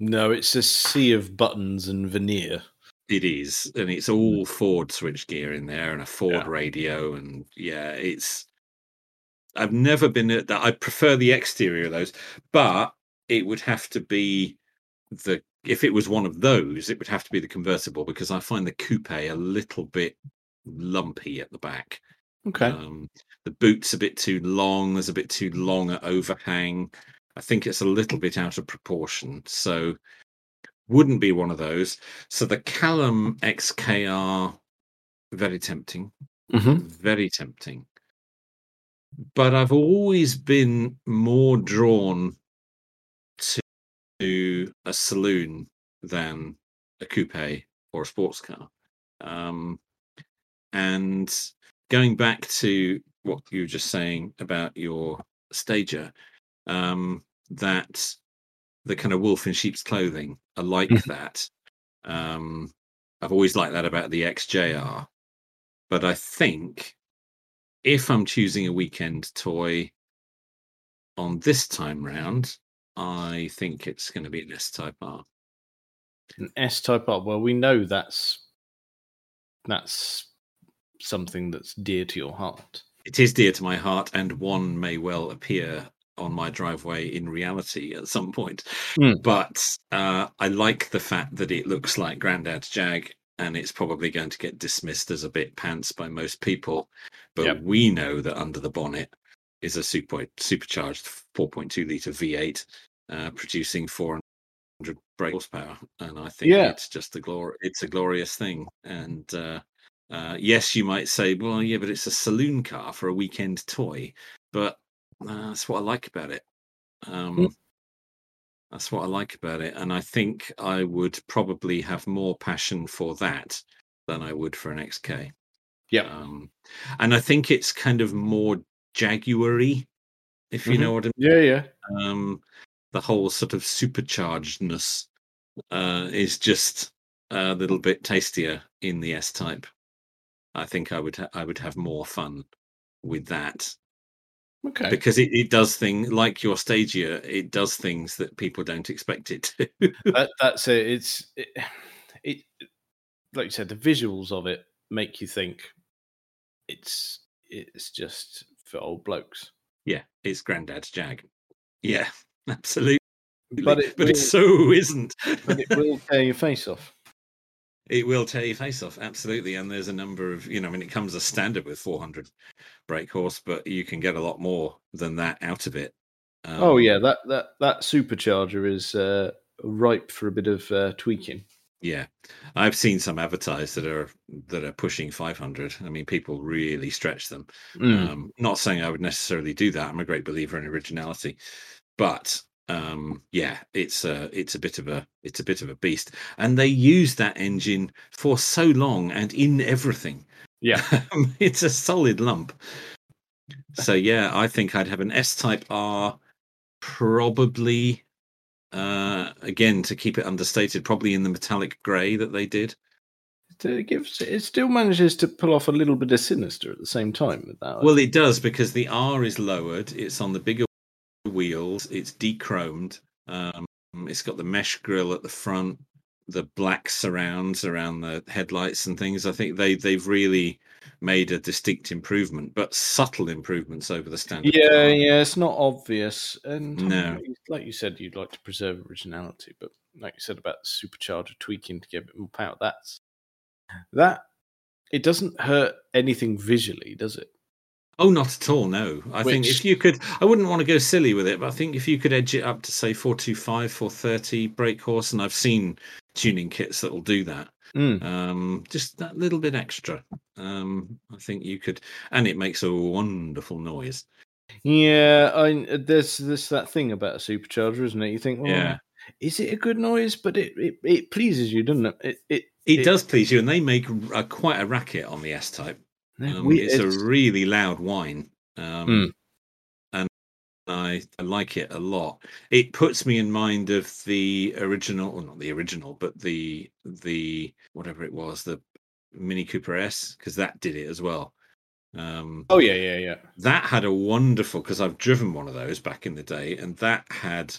S2: no. It's a sea of buttons and veneer.
S1: It is, and it's all Ford switchgear in there, and a Ford
S2: Yeah.
S1: radio, and yeah, it's. I've never been at that. I prefer the exterior of those, but it would have to be the if it was one of those, it would have to be the convertible because I find the coupe a little bit lumpy at the back.
S2: Okay.
S1: Um, the boot's a bit too long. There's a bit too long a overhang. I think it's a little bit out of proportion. So wouldn't be one of those. So the Callum XKR, very tempting,
S2: mm-hmm.
S1: very tempting. But I've always been more drawn to, to a saloon than a coupe or a sports car. Um, and going back to what you were just saying about your stager, um, that the kind of wolf in sheep's clothing, I like
S2: Mhm.
S1: that. Um, I've always liked that about the XJR. But I think if I'm choosing a weekend toy on this time round, I think it's going to be an S Type R.
S2: An S type R. Well, we know that's that's something that's dear to your heart.
S1: It is dear to my heart, and one may well appear on my driveway in reality at some point.
S2: Mm.
S1: But uh, I like the fact that it looks like Grandad's Jag, and it's probably going to get dismissed as a bit pants by most people. But
S2: Yep.
S1: we know that under the bonnet is a super supercharged 4.2 liter V8, uh, producing 400 brake horsepower, and I think
S2: Yeah.
S1: it's just a glor- It's a glorious thing, and. Uh, uh, yes, you might say, well, yeah, but it's a saloon car for a weekend toy. But uh, that's what I like about it. Um, that's what I like about it. And I think I would probably have more passion for that than I would for an XK.
S2: Yeah.
S1: Um, and I think it's kind of more Jaguar y, if you
S2: Mhm.
S1: know what I
S2: Yeah, yeah.
S1: mean. Um, the whole sort of superchargedness uh, is just a little bit tastier in the S type. I think I would ha- I would have more fun with that
S2: Okay.
S1: because it, it does things like your stagia it does things that people don't expect it to
S2: that, that's it. It's it, it, like you said, the visuals of it make you think it's it's just for old blokes.
S1: yeah it's granddad's jag yeah (laughs) absolutely
S2: But it
S1: but (laughs)
S2: will,
S1: it so isn't
S2: but it will tear your face off.
S1: (laughs) It will tear your face off, absolutely. And there's a number of, you know, I mean, it comes as standard with 400 brake horse, but you can get a lot more than that out of it. Um,
S2: oh yeah, that that that supercharger is uh, ripe for a bit of uh, tweaking.
S1: Yeah, I've seen some advertised that are that are pushing 500. I mean, people really stretch them.
S2: Mm.
S1: Um, not saying I would necessarily do that. I'm a great believer in originality, but um, yeah, it's a it's a bit of a it's a bit of a beast. And they use that engine for so long and in everything. (laughs)
S2: Yeah,
S1: it's a solid lump. So yeah, I think I'd have an S Type R, probably uh again to keep it understated probably in the metallic gray that they did
S2: it uh, gives it still manages to pull off a little bit of sinister at the same time with that.
S1: well it does because the r is lowered it's on the bigger wheels it's dechromed um it's got the mesh grill at the front the black surrounds around the headlights and things i think they they've really made a distinct improvement but subtle improvements over the standard
S2: yeah,
S1: car.
S2: yeah, it's not obvious, and I mean,
S1: No.
S2: like you- like you said, you'd like to preserve originality, but like you said about the supercharger tweaking to get a bit more power, that's that. It doesn't hurt anything visually, does it?
S1: Oh, not at all. No, I think if
S2: Which-
S1: you could, I wouldn't want to go silly with it, but I think if you could edge it up to say 425, 430 brake horse, and I've seen tuning kits that will do that,
S2: Mm.
S1: um, just that little bit extra. Um, I think you could, and it makes a wonderful noise.
S2: Yeah, I there's this that thing about a supercharger, isn't it? You think, well,
S1: Yeah.
S2: is it a good noise? But it it, it pleases you, doesn't it? It it,
S1: It, does please you, and they make a, quite a racket on the S Type. Um,
S2: we-
S1: it's, a really loud whine, um,
S2: Mm.
S1: and I, I like it a lot. It puts me in mind of the original, or not the original, but the the whatever it was, the Mini Cooper S, because that did it as well. Um,
S2: oh yeah, yeah, yeah.
S1: that had a wonderful because I've driven one of those back in the day, and that had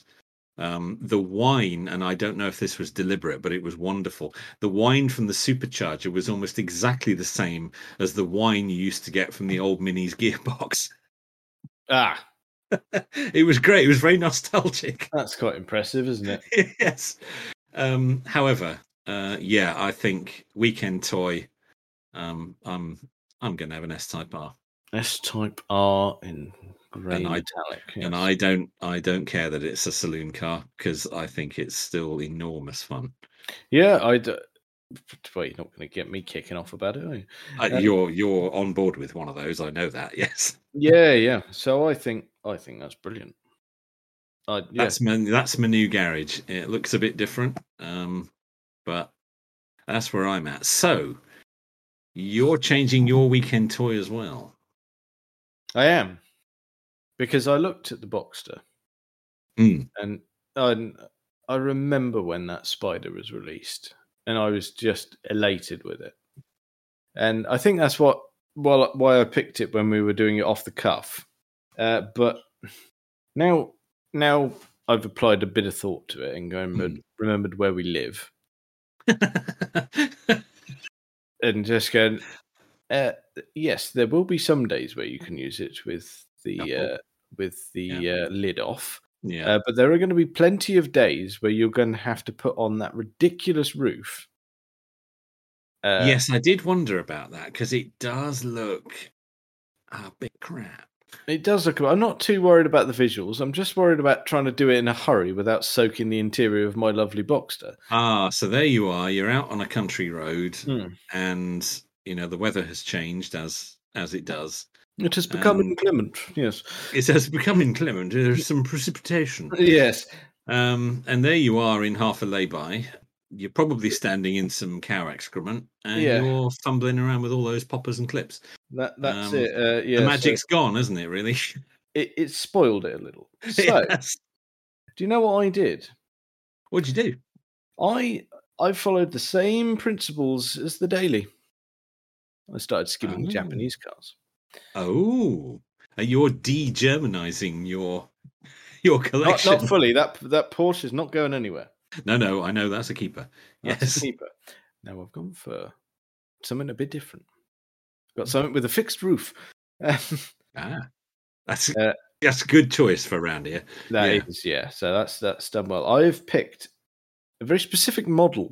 S1: um, the wine. And I don't know if this was deliberate, but it was wonderful. The wine from the supercharger was almost exactly the same as the wine you used to get from the old Mini's gearbox. (laughs)
S2: Ah,
S1: it was great. It was very nostalgic.
S2: that's quite impressive, isn't it?
S1: (laughs) yes. Um, however, uh, yeah, I think weekend toy. Um, I'm I'm going to have an S Type R.
S2: S Type R in grey
S1: And I-
S2: metallic.
S1: and
S2: yes.
S1: I don't I don't care that it's a saloon car because I think it's still enormous fun.
S2: yeah, I. D- well, you're not going to get me kicking off about it, are you?
S1: Uh,
S2: Uh,
S1: you're you're on board with one of those. I know that. (laughs) Yes,
S2: Yeah, yeah. So I think I think that's brilliant. I yeah,
S1: that's my that's my new garage. It looks a bit different, um, but that's where I'm at. So you're changing your weekend toy as well. (laughs)
S2: I am because I looked at the Boxster
S1: Mm.
S2: and I I remember when that Spider was released and I was just elated with it, and I think that's what well why I picked it when we were doing it off the cuff, uh, but now now I've applied a bit of thought to it and going
S1: Hmm.
S2: remembered where we live. and just going, uh, yes, there will be some days where you can use it with the
S1: Couple.
S2: uh, with the
S1: Mm-hmm. Yeah.
S2: uh, lid off,
S1: yeah,
S2: uh, but there are going to be plenty of days where you're going to have to put on that ridiculous roof. Uh,
S1: yes, I did wonder about that because it does look a bit crap.
S2: it does look. I'm not too worried about the visuals. I'm just worried about trying to do it in a hurry without soaking the interior of my lovely Boxster.
S1: Ah, so there you are. You're out on a country road.
S2: Mm.
S1: and you know the weather has changed as as it does.
S2: It has become
S1: Um,
S2: inclement.
S1: (laughs)
S2: Yes,
S1: It has become inclement. There's some precipitation,
S2: yes.
S1: um, and there you are in half a lay-by. You're probably standing in some cow excrement, and
S2: Yeah.
S1: you're fumbling around with all those poppers and clips.
S2: That that's
S1: Um,
S2: it. Uh, yeah,
S1: the
S2: so
S1: magic's gone, isn't it? Really? (laughs)
S2: it, it spoiled it a little. So,
S1: Yes.
S2: do you know what I did?
S1: What'd you do?
S2: I I followed the same principles as the daily. I started skimming
S1: Oh.
S2: Japanese cars.
S1: Oh, uh, you're de-Germanizing your your
S2: Not,
S1: collection.
S2: not fully. That that Porsche is not going anywhere.
S1: No, no, I know that's a keeper.
S2: That's a
S1: Yes.
S2: keeper. Now I've gone for something a bit different.
S1: Hmm.
S2: Got something with a fixed roof. (laughs) Um,
S1: Ah, that's
S2: Uh,
S1: that's a good choice for around here.
S2: that
S1: Yeah.
S2: is, yeah. So that's that's done well. I've picked a very specific model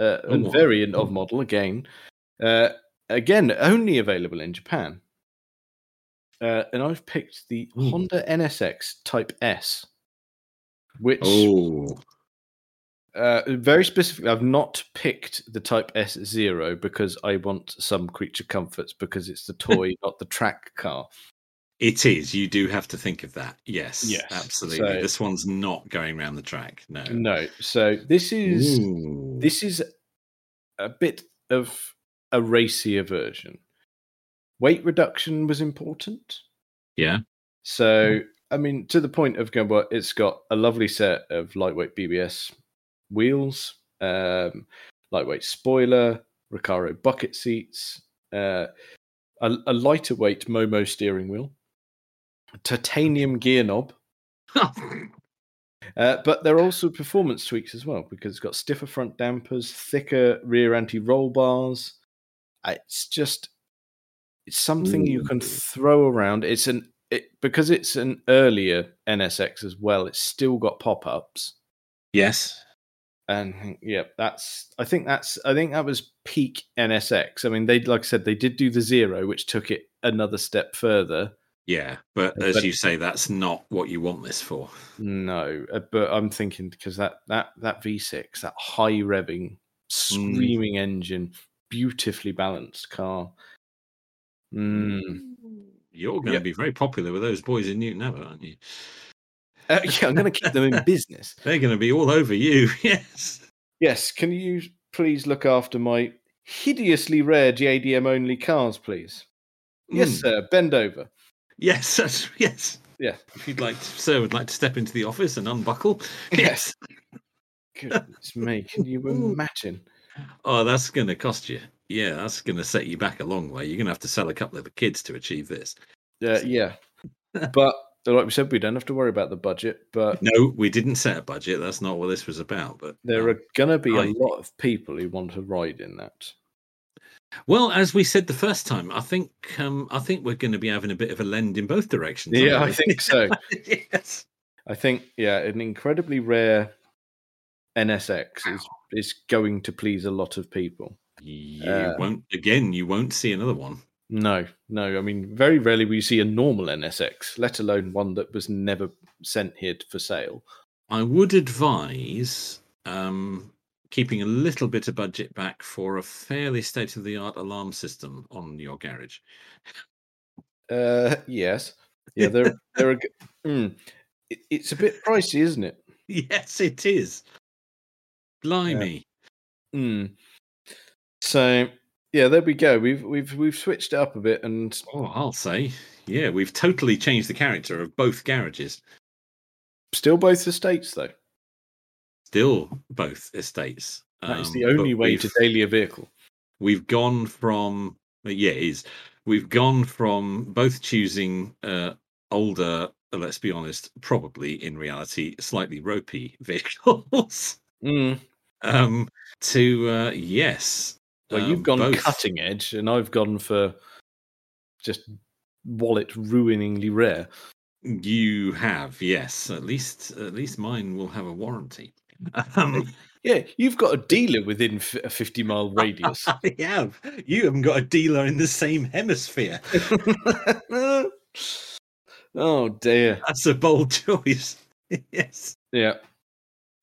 S2: uh, and
S1: wow.
S2: variant of model again. Uh, again, only available in Japan. Uh, and I've picked the
S1: Ooh.
S2: Honda NSX Type S, which
S1: Oh,
S2: uh, very specifically, I've not picked the Type S Zero because I want some creature comforts because
S1: (laughs)
S2: it's the toy, not the track car.
S1: it is. You do have to think of that. Yes,
S2: Yes,
S1: absolutely.
S2: so-
S1: This one's not going round the track. No.
S2: No, so this is
S1: Ooh. (laughs)
S2: this is a bit of a racier version. Weight reduction was important.
S1: Yeah.
S2: So, I mean, to the point of going, well, it's got a lovely set of lightweight BBS wheels, um, lightweight spoiler, Recaro bucket seats, uh, a, a lighter weight Momo steering wheel, titanium gear knob. Uh, but there are also performance tweaks as well because it's got stiffer front dampers, thicker rear anti-roll bars. Uh, It's just it's something you can
S1: Ooh.
S2: throw around. It's an it, because it's an earlier NSX as well. It's still got pop-ups,
S1: yes.
S2: and yeah, that's I think that's I think that was peak NSX. I mean, they like I said, they did do the zero, which took it another step further.
S1: Yeah, but
S2: Uh,
S1: as
S2: but-
S1: you say, that's not what you want this for.
S2: No, uh, but I'm thinking because that that that V6, that high revving, screaming engine, beautifully balanced car. Mm.
S1: Hmm. You're going
S2: Yeah.
S1: to be very popular with those boys in Newton Abbot, aren't you?
S2: Uh, yeah, I'm going to keep them in business.
S1: They're going to be all over you. (laughs) Yes.
S2: Yes, can you please look after my hideously rare JDM only cars, please? Yes,
S1: Mm.
S2: sir. Bend over.
S1: Yes. (laughs) That's, yes.
S2: Yeah.
S1: If you'd like, to, sir, would like to step into the office and unbuckle.
S2: Yes. Goodness me, can you imagine?
S1: Oh, that's going to cost you. Yeah, that's going to set you back a long way. You're going to have to sell a couple of the kids to achieve this.
S2: Uh, yeah, but like we said, we don't have to worry about the budget. But
S1: No, we didn't set a budget. That's not what this was about. But uh,
S2: There are going to be
S1: I-
S2: a lot of people who want to ride in that.
S1: well, as we said the first time, I think um, I think we're going to be having a bit of a lend in both directions. aren't
S2: Yeah, I
S1: we?
S2: think so.
S1: (laughs) yes.
S2: I think, yeah, an incredibly rare NSX is, is going to please a lot of people.
S1: You
S2: Uh,
S1: won't again. You won't see another one.
S2: No, no. I mean, very rarely we see a normal NSX, let alone one that was never sent here for sale.
S1: I would advise um, keeping a little bit of budget back for a fairly state of the art alarm system on your garage. (laughs)
S2: Uh, yes.
S1: (laughs)
S2: Yeah, there, there are. g- Mm, it, it's a bit pricey, isn't it?
S1: Yes, it is. Blimey.
S2: Mm. So, yeah, there we go. We've we've we've switched it up a bit, and
S1: Oh, I'll say. Yeah, we've totally changed the character of both garages.
S2: still both estates though.
S1: Still both estates.
S2: That is
S1: um,
S2: the
S1: but
S2: only way to
S1: we've-
S2: daily a vehicle.
S1: we've gone from uh, yeah it is we've gone from both choosing uh older uh, let's be honest probably in reality slightly ropey (laughs) vehicles
S2: Mm.
S1: um to uh yes
S2: Well,
S1: um,
S2: you've gone
S1: both-
S2: cutting edge, and I've gone for just wallet ruiningly rare.
S1: you have yes at least at least mine will have a warranty (laughs) um
S2: Yeah, you've got a dealer within f- a fifty mile
S1: (laughs)
S2: radius.
S1: i have you haven't got a dealer in the same hemisphere
S2: oh dear.
S1: that's a bold (laughs) choice yes
S2: Yeah.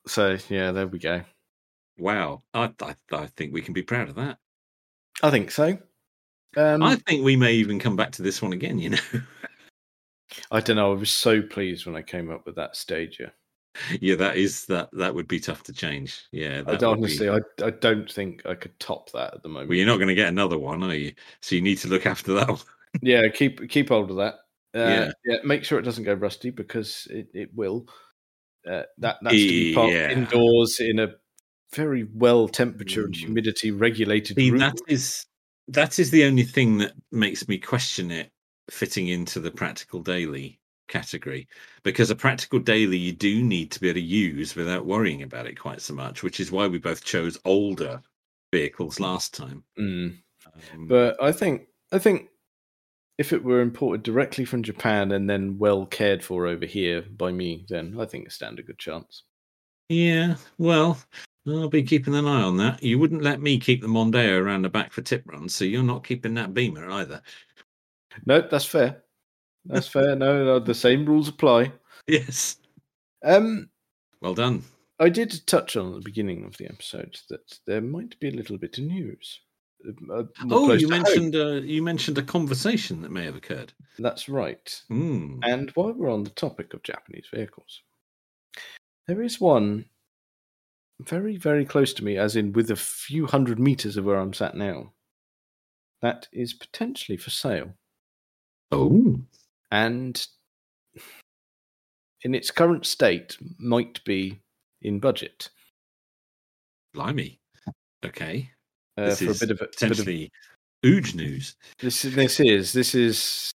S2: So yeah, there we go.
S1: Wow, I, I I think we can be proud of that.
S2: I think so. Um,
S1: I
S2: I,
S1: think we may even come back to this one again. You know, (laughs)
S2: don't know. I was so pleased when I came up with that stager.
S1: yeah, that is that that would be tough to change. Yeah,
S2: I
S1: that would be-
S2: honestly, I, I don't think I could top that at the moment.
S1: well, you're not going to get another one, are you? So you need to look after that one.
S2: yeah keep keep hold of that uh,
S1: Yeah.
S2: yeah. make sure it doesn't go rusty because it, it will uh, that that's to be parked
S1: Yeah.
S2: indoors in a very well temperature and
S1: Mm.
S2: humidity regulated
S1: See,
S2: room
S1: that is that is the only thing that makes me question it fitting into the practical daily category because a practical daily you do need to be able to use without worrying about it quite so much, which is why we both chose older vehicles last time.
S2: Mm.
S1: Um,
S2: but i think i think if it were imported directly from japan and then well cared for over here by me then i think it stand a good chance
S1: Yeah, well, I'll be keeping an eye on that. You wouldn't let me keep the Mondeo around the back for tip runs, so you're not keeping that Beamer either. (laughs)
S2: No, that's fair. That's fair. No, no, the same rules apply.
S1: Yes.
S2: Um,
S1: Well done.
S2: I did touch on at the beginning of the episode that there might be a little bit of news. Uh, more
S1: Oh,
S2: close
S1: you
S2: to home.
S1: mentioned uh, you mentioned a conversation that may have occurred.
S2: That's right.
S1: Hmm.
S2: And while we're on the topic of Japanese vehicles, there is one very, very close to me, as in with a few hundred meters of where I'm sat now, that is potentially for sale.
S1: Oh,
S2: And in its current state, might be in budget
S1: blimey. Okay,
S2: uh,
S1: This
S2: for a
S1: is
S2: bit of a bit of
S1: potentially ooge news.
S2: This is- this is this is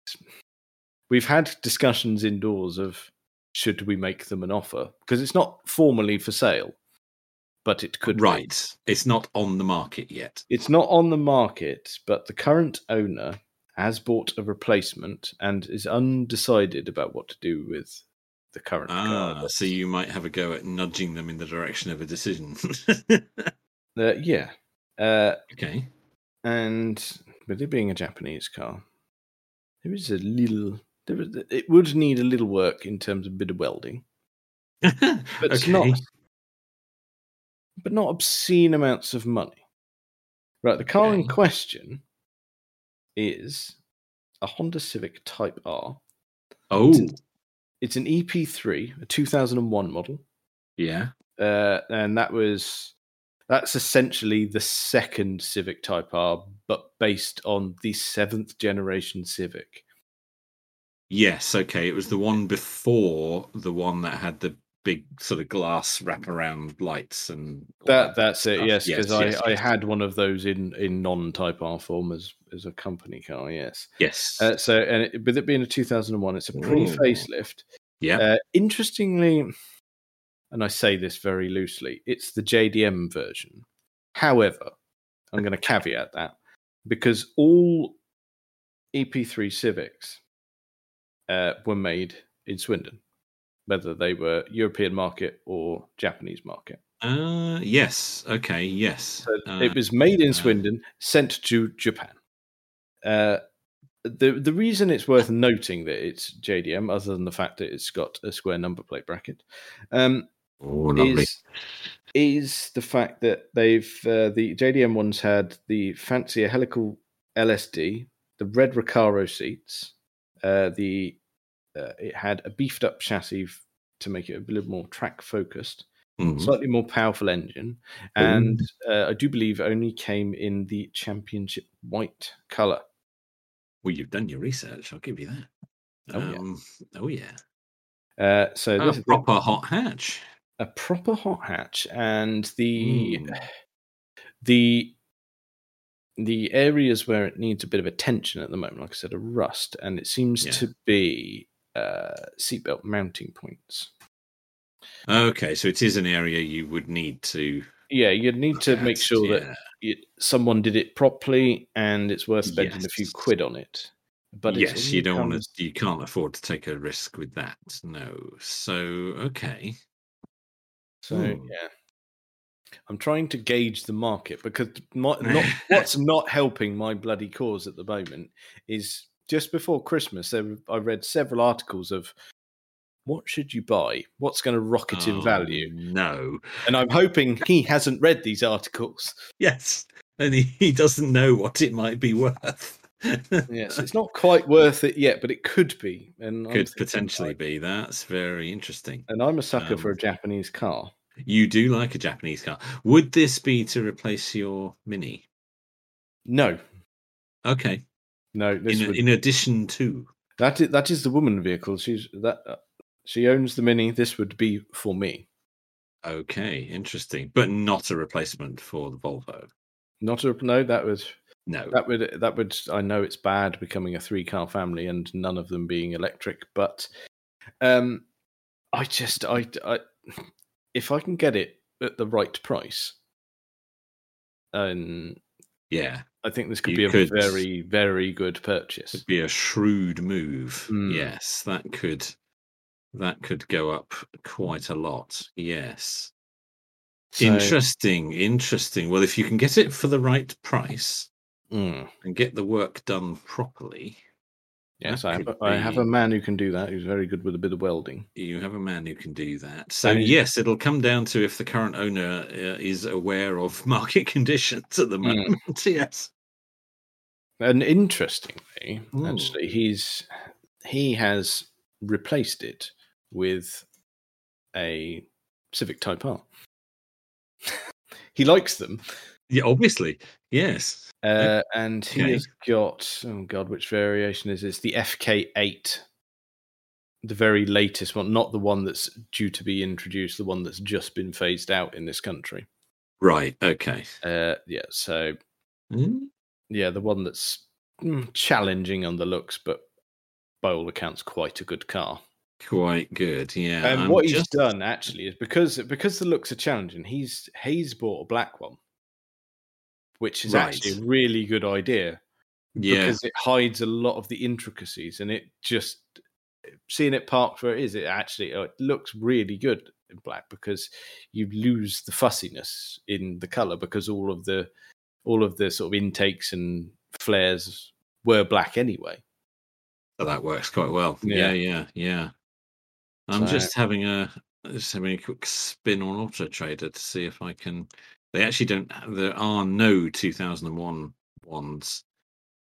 S2: we've had discussions indoors of should we make them an offer because it's not formally for sale, but it could be.
S1: right. It's not on the market yet.
S2: It's not on the market, but the current owner has bought a replacement and is undecided about what to do with the current car.
S1: Ah, so you might have a go at nudging them in the direction of a decision. (laughs)
S2: Uh, yeah, uh,
S1: okay. (laughs)
S2: and with it being a Japanese car, there is a little. There is, it would need a little work in terms of bit of welding.
S1: but
S2: but it's not but not obscene amounts of money right the car in
S1: Okay.
S2: question is a honda civic type r
S1: Oh,
S2: it's an ep3 a 2001 model
S1: yeah.
S2: uh, and that was that's essentially the second civic type r but based on the seventh generation civic
S1: Yes. Okay. It was the one before the one that had the big sort of glass wraparound lights and all
S2: that that's it
S1: stuff.
S2: yes
S1: Yes,
S2: because I,
S1: yes,
S2: I
S1: yes.
S2: had one of those in in non-type r form as as a company car yes
S1: Yes.
S2: Uh, so, and it, with it being a 2001, it's a
S1: Ooh.
S2: pre facelift.
S1: yeah.
S2: Uh, interestingly, and I say this very loosely, it's the JDM version. However, I'm going to caveat that because all EP3 Civics uh, were made in Swindon, whether they were European market or Japanese market.
S1: Uh, yes. Okay. Yes.
S2: So
S1: Uh,
S2: it was made in
S1: uh,
S2: Swindon, sent to Japan. Uh, the the reason it's worth noting that it's JDM, other than the fact that it's got a square number plate bracket, um,
S1: oh, lovely.
S2: is is the fact that they've uh, the JDM ones had the fancier helical LSD, the red Recaro seats, uh, the uh, it had a beefed up chassis f- to make it a little more track focused
S1: Mhm.
S2: slightly more powerful engine, and uh, I do believe only came in the championship white color.
S1: Well, you've done your research. I'll give you that.
S2: Oh, yeah.
S1: um, oh yeah.
S2: Uh, so
S1: A
S2: this is
S1: Oh, proper hot hatch.
S2: a proper hot hatch, and the
S1: Mm.
S2: the the areas where it needs a bit of attention at the moment, like I said, are rust, and it seems
S1: Yeah.
S2: to be uh, seatbelt mounting points.
S1: Okay, so it is an area you would need to
S2: Yeah, you'd need (laughs) to make
S1: test,
S2: sure that
S1: yeah.
S2: it, someone did it properly, and it's worth spending a few
S1: Yes.
S2: quid on it. But it
S1: yes, you
S2: only
S1: don't want
S2: comes-
S1: to. You can't afford to take a risk with that. No. So okay.
S2: So
S1: Hmm.
S2: yeah, I'm trying to gauge the market because my,
S1: (laughs)
S2: not, what's not helping my bloody cause at the moment is just before Christmas. There, were- I read several articles of what should you buy, what's going to rocket in
S1: Oh,
S2: value,
S1: No.
S2: and I'm hoping he hasn't read these articles.
S1: Yes, and he, he doesn't know what it might be
S2: (laughs)
S1: worth.
S2: Yes, it's not quite worth it yet, but it could be, and I'm
S1: Could
S2: thinking,
S1: potentially
S2: like-
S1: be. That's very interesting.
S2: And I'm a sucker for
S1: Um,
S2: a Japanese car.
S1: You do like a Japanese car. Would this be to replace your Mini?
S2: No,
S1: Okay.
S2: no, this
S1: In,
S2: would
S1: in addition to.
S2: That is, that is the woman vehicle. She's that uh, she owns the mini. This would be for me,
S1: Okay, interesting, but not a replacement for the Volvo.
S2: not a no. That would
S1: No.
S2: that would that would. I know it's bad becoming a three car family and none of them being electric, but um, I just I, I if I can get it at the right price, um,
S1: Yeah,
S2: I think this could
S1: You
S2: be a
S1: could-
S2: very very good purchase.
S1: it'd be a shrewd move.
S2: Mm.
S1: Yes, that could that could go up quite a lot. Yes.
S2: So-
S1: Interesting, interesting. Well, if you can get it for the right price
S2: Mm.
S1: and get the work done properly,
S2: Yes,
S1: That
S2: I have,
S1: could
S2: I have
S1: be-
S2: a man who can do that. Who's very good with a bit of welding.
S1: you have a man who can do that. So
S2: And-
S1: yes, it'll come down to if the current owner uh, is aware of (laughs) market conditions at the
S2: Mm.
S1: moment. yes.
S2: And interestingly,
S1: Ooh.
S2: actually, he's he has replaced it with a Civic Type R. (laughs) he likes them,
S1: Yeah, obviously. Yes.
S2: uh, and he
S1: Okay.
S2: has got oh god, which variation is it? It's the FK8, the very latest one, not the one that's due to be introduced, the one that's just been phased out in this country.
S1: Right. Okay.
S2: Uh, yeah, so
S1: Mm,
S2: yeah, the one that's mm, challenging on the looks, but by all accounts, quite a good car.
S1: Quite good. Yeah.
S2: And
S1: I'm
S2: what he's
S1: just-
S2: done actually is because because the looks are challenging, he's he's bought a black one, which is actually a really good idea
S1: Yeah.
S2: because it hides a lot of the intricacies, and it just seeing it parked where it is, it actually oh, it looks really good in black because you lose the fussiness in the color because all of the all of the sort of intakes and flares were black anyway.
S1: So that works quite well. Yeah, yeah, yeah. I'm
S2: So-
S1: just having a just having a quick spin on Auto Trader to see if I can. They actually don't. There are no 2001 ones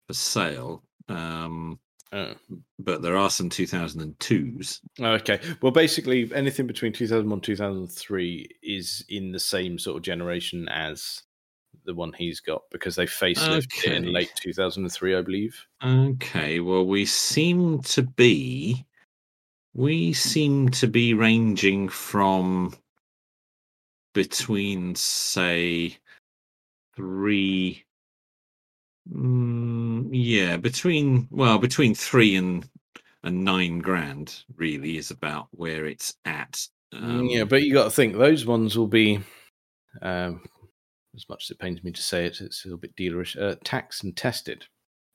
S1: for sale, um,
S2: Oh.
S1: but there are some 2002s.
S2: Okay. Well, basically, anything between 2001 2003 is in the same sort of generation as the one he's got because they facelifted it
S1: Okay.
S2: in late 2003, I believe.
S1: Okay, well, we seem to be we seem to be ranging from between say three mm, yeah between well between three and and nine grand really is about where it's at Um,
S2: yeah, but you got to think those ones will be, um, as much as it pains me to say it, it's a little bit dealerish, uh, taxed and tested.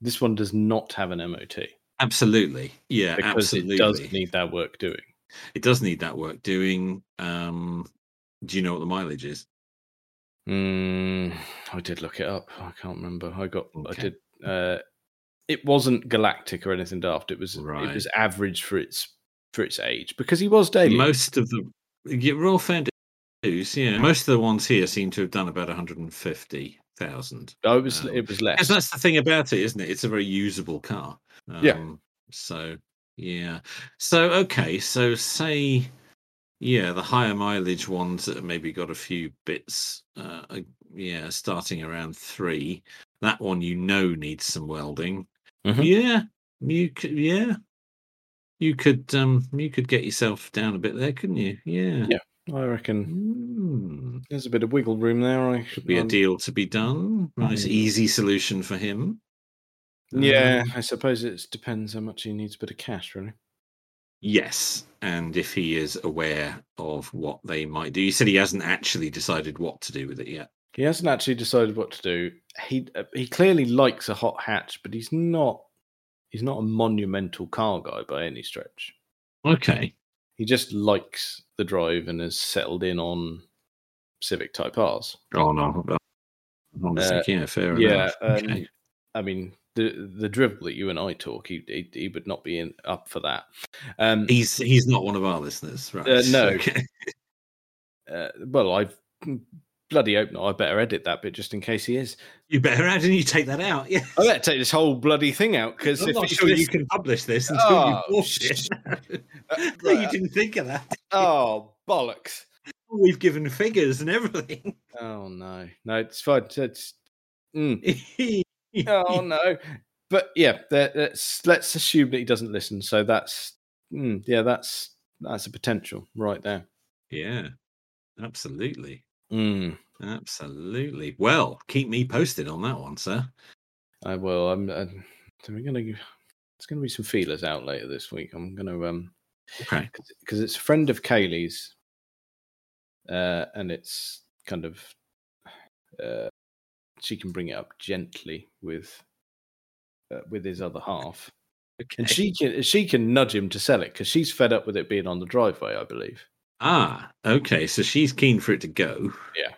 S2: This one does not have an MOT
S1: absolutely yeah
S2: because
S1: absolutely
S2: it does need that work doing.
S1: it does need that work doing um do you know what the mileage is
S2: Mm, I did look it up. I can't remember. I got. I
S1: Okay.
S2: did. Uh, it wasn't galactic or anything daft. It was. It
S1: Right.
S2: was average for its for its age because he was daily.
S1: Most of the yeah, Royal Fair dues, yeah. Most of the ones here seem to have done about 150,000.
S2: oh, it was.
S1: um,
S2: it was
S1: Because
S2: less.
S1: that's the thing about it, isn't it? It's a very usable car. Um,
S2: Yeah.
S1: So, yeah. So, okay. So, say, yeah, the higher mileage ones that have maybe got a few bits, uh, uh, yeah, starting around three. That one you know needs some welding.
S2: Mhm.
S1: Yeah. You could, yeah. You could um you could get yourself down a bit there, couldn't you? Yeah.
S2: Yeah. I reckon
S1: Mm.
S2: there's a bit of wiggle room there. I
S1: Could be a
S2: I'm-
S1: deal to be done. Nice,
S2: Um, Mm.
S1: easy solution for him.
S2: Yeah,
S1: Um,
S2: I suppose it depends how much he needs a bit of cash, really.
S1: yes. And if he is aware of what they might do, you said he hasn't actually decided what to do with it yet.
S2: He hasn't actually decided what to do. He uh, he clearly likes a hot hatch, but he's not. He's not a monumental car guy by any stretch.
S1: Okay.
S2: he just likes the drive and has settled in on Civic Type R's.
S1: Oh no. I'm
S2: Uh,
S1: thinking, yeah, fair
S2: yeah,
S1: enough.
S2: um,
S1: okay.
S2: I mean the the drivel that you and I talk, he he, he would not be in, up for that. Um,
S1: He's he's not one of our listeners, right?
S2: no.
S1: (laughs) Okay.
S2: uh, well, I bloody hope not. I better edit that bit just in case he is.
S1: You better how didn't you take that out? Yeah. (laughs)
S2: I better take this whole bloody thing out because
S1: I'm not
S2: Oh, if Oh, it's
S1: sure you
S2: this-
S1: can publish this until
S2: Oh,
S1: you bought
S2: sh-
S1: (laughs) it.
S2: uh,
S1: No, you
S2: uh,
S1: didn't think of that.
S2: (laughs)
S1: (laughs)
S2: oh bollocks.
S1: We've given figures and everything. (laughs)
S2: Oh no, no, it's fine. It's, mm. (laughs) oh
S1: oh,
S2: no but yeah that, that's let's assume that he doesn't listen so that's mm, yeah that's that's a potential right there
S1: yeah, absolutely.
S2: mm.
S1: Absolutely. Well, keep me posted on that one, sir.
S2: i will i'm uh, so we're gonna it's gonna be some feelers out later this week i'm gonna um
S1: Okay.
S2: because it's a friend of Kaylee's, uh, and it's kind of uh, she can bring it up gently with uh, with his other half, and
S1: Okay.
S2: she can she can nudge him to sell it because she's fed up with it being on the driveway, I believe.
S1: Ah, okay. So she's keen for it to go.
S2: Yeah.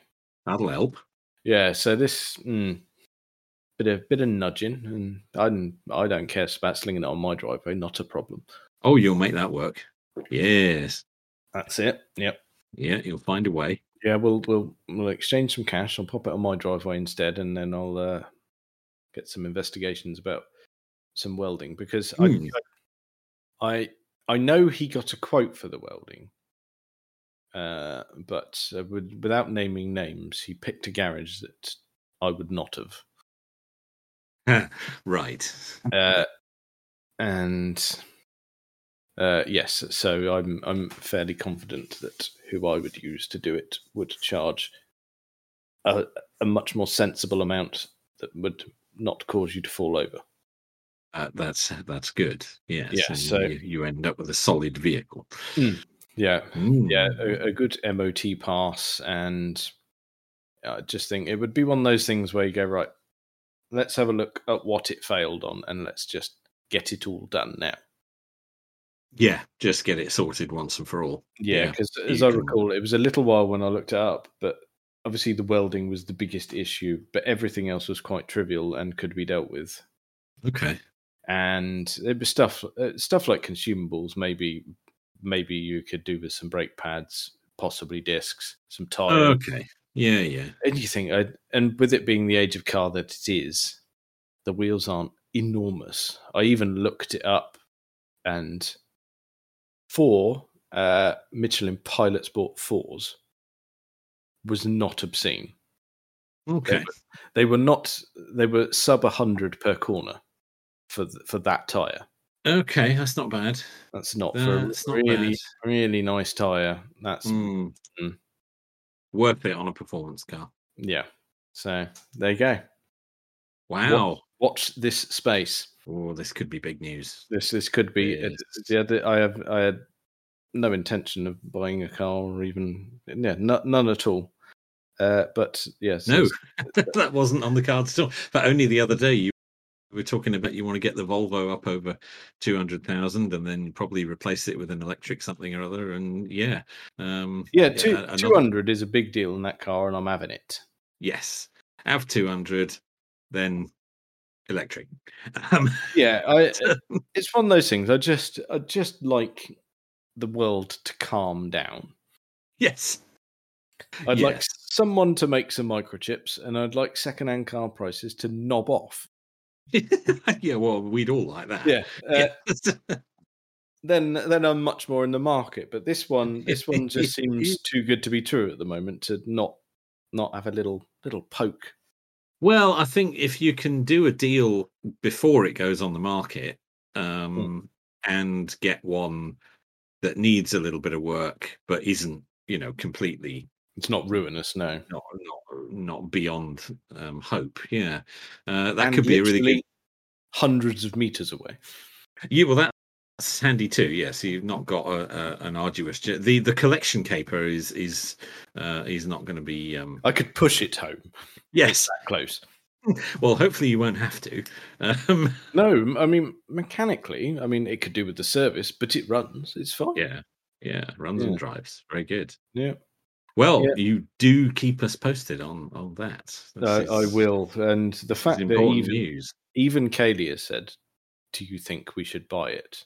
S1: That'll help.
S2: Yeah, so this mm, bit of bit of nudging, and I don't, I don't care about slinging it on my driveway. Not a problem.
S1: Oh, you'll make that work. Yes.
S2: That's it. Yep.
S1: Yeah, you'll find a way. (laughs)
S2: Yeah, we'll we'll we'll exchange some cash. I'll pop it on my driveway instead, and then I'll uh, get some investigations about some welding because
S1: Hmm.
S2: I, I I know he got a quote for the welding, uh, but uh, with, without naming names, he picked a garage that I would not have.
S1: Right.
S2: uh, and uh, yes, so I'm I'm fairly confident that who I would use to do it would charge a, a much more sensible amount that would not cause you to fall over.
S1: Uh, that's that's good. Yeah.
S2: Yeah,
S1: So,
S2: so-
S1: you, you end up with a solid vehicle.
S2: Yeah,
S1: Mm.
S2: yeah, uh, a, a good MOT pass, and I just think it would be one of those things where you go right. Let's have a look at what it failed on, and let's just get it all done now.
S1: Yeah. Just get it sorted once and for all.
S2: Yeah,
S1: Yeah,
S2: because
S1: you
S2: as I
S1: can-
S2: recall, it was a little while when I looked it up, but obviously the welding was the biggest issue, but everything else was quite trivial and could be dealt with.
S1: Okay.
S2: And it was stuff uh, stuff like consumables. Maybe maybe you could do with some brake pads, possibly discs, some tires,
S1: Okay. Yeah. Yeah.
S2: anything. I, and with it being the age of car that it is, the wheels aren't enormous. I even looked it up, and four uh, Michelin Pilot Sport fours was not obscene.
S1: Okay.
S2: They were not. They were sub hundred per corner for th- for that tire.
S1: Okay. That's not bad.
S2: That's not
S1: That's
S2: for a
S1: not
S2: really
S1: bad.
S2: really nice tire. That's
S1: Mm.
S2: Mm.
S1: Worth it on a performance car.
S2: yeah. So there you go.
S1: Wow.
S2: Watch this space.
S1: Oh, this could be big news.
S2: This this could be
S1: Yes.
S2: yeah. The, I have I had no intention of buying a car or even yeah no, none at all. Uh, but yes,
S1: No, (laughs) that wasn't on the cards at all. But only the other day you were talking about you want to get the Volvo up over two hundred thousand and then probably replace it with an electric something or other. And yeah, um,
S2: yeah, two
S1: a- another-
S2: two hundred is a big deal in that car, and I'm having it.
S1: Yes, have two hundred, then electric. (laughs) Um,
S2: Yeah, uh, I, it's one of those things. I just I just like the world to calm down.
S1: (laughs) yes, (laughs)
S2: I'd like
S1: Yes.
S2: someone to make some microchips, and I'd like second-hand car prices to knob off.
S1: yeah. Well, we'd all like that.
S2: Yeah, uh,
S1: (laughs) Yeah.
S2: then then I'm much more in the market. But this one, this
S1: (laughs)
S2: one just seems too good to be true at the moment to not not have a little little poke.
S1: Well, I think if you can do a deal before it goes on the market um,
S2: Hmm.
S1: and get one that needs a little bit of work but isn't, you know, completely
S2: It's not ruinous, no.
S1: not not, not beyond um, hope, yeah, uh, that
S2: And
S1: could be a really
S2: literally
S1: good.
S2: hundreds of meters away.
S1: Yeah, well, that's handy too. Yes, you've not got a, a, an arduous. j- The the collection caper is is uh, is not going to be.
S2: (laughs)
S1: Um,
S2: I could push it home
S1: yes,
S2: that close.
S1: well, hopefully you won't have to. (laughs) Um,
S2: No, m- I mean mechanically, I mean it could do with the service, but it runs. It's fine.
S1: yeah, yeah, runs
S2: Yeah.
S1: and drives. Very good.
S2: Yeah.
S1: Well,
S2: Yeah.
S1: you do keep us posted on on that. This
S2: I, I
S1: is-
S2: will. And the
S1: this is
S2: fact that
S1: important
S2: even
S1: news.
S2: even Kaylee has said, "Do you think we should buy it?"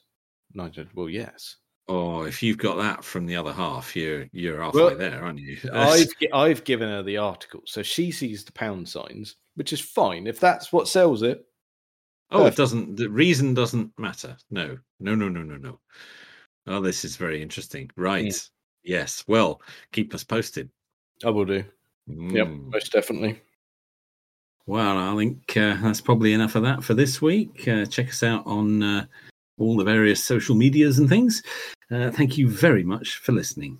S2: And I said, "Well, yes."
S1: Oh, if you've got that from the other half, you're you're halfway
S2: Well,
S1: there, aren't you? (laughs)
S2: I've (laughs) gi- I've given her the article, so she sees the pound signs, which is fine if that's what sells it.
S1: oh, it doesn't. The reason doesn't matter. No, no, no, no, no, no. Oh, this is very interesting. Right. Yes. Well, keep us posted.
S2: I will do. Yep,
S1: Mm.
S2: most definitely.
S1: Well, I think uh, that's probably enough of that for this week. Uh, check us out on uh, all the various social medias and things. Uh, thank you very much for listening.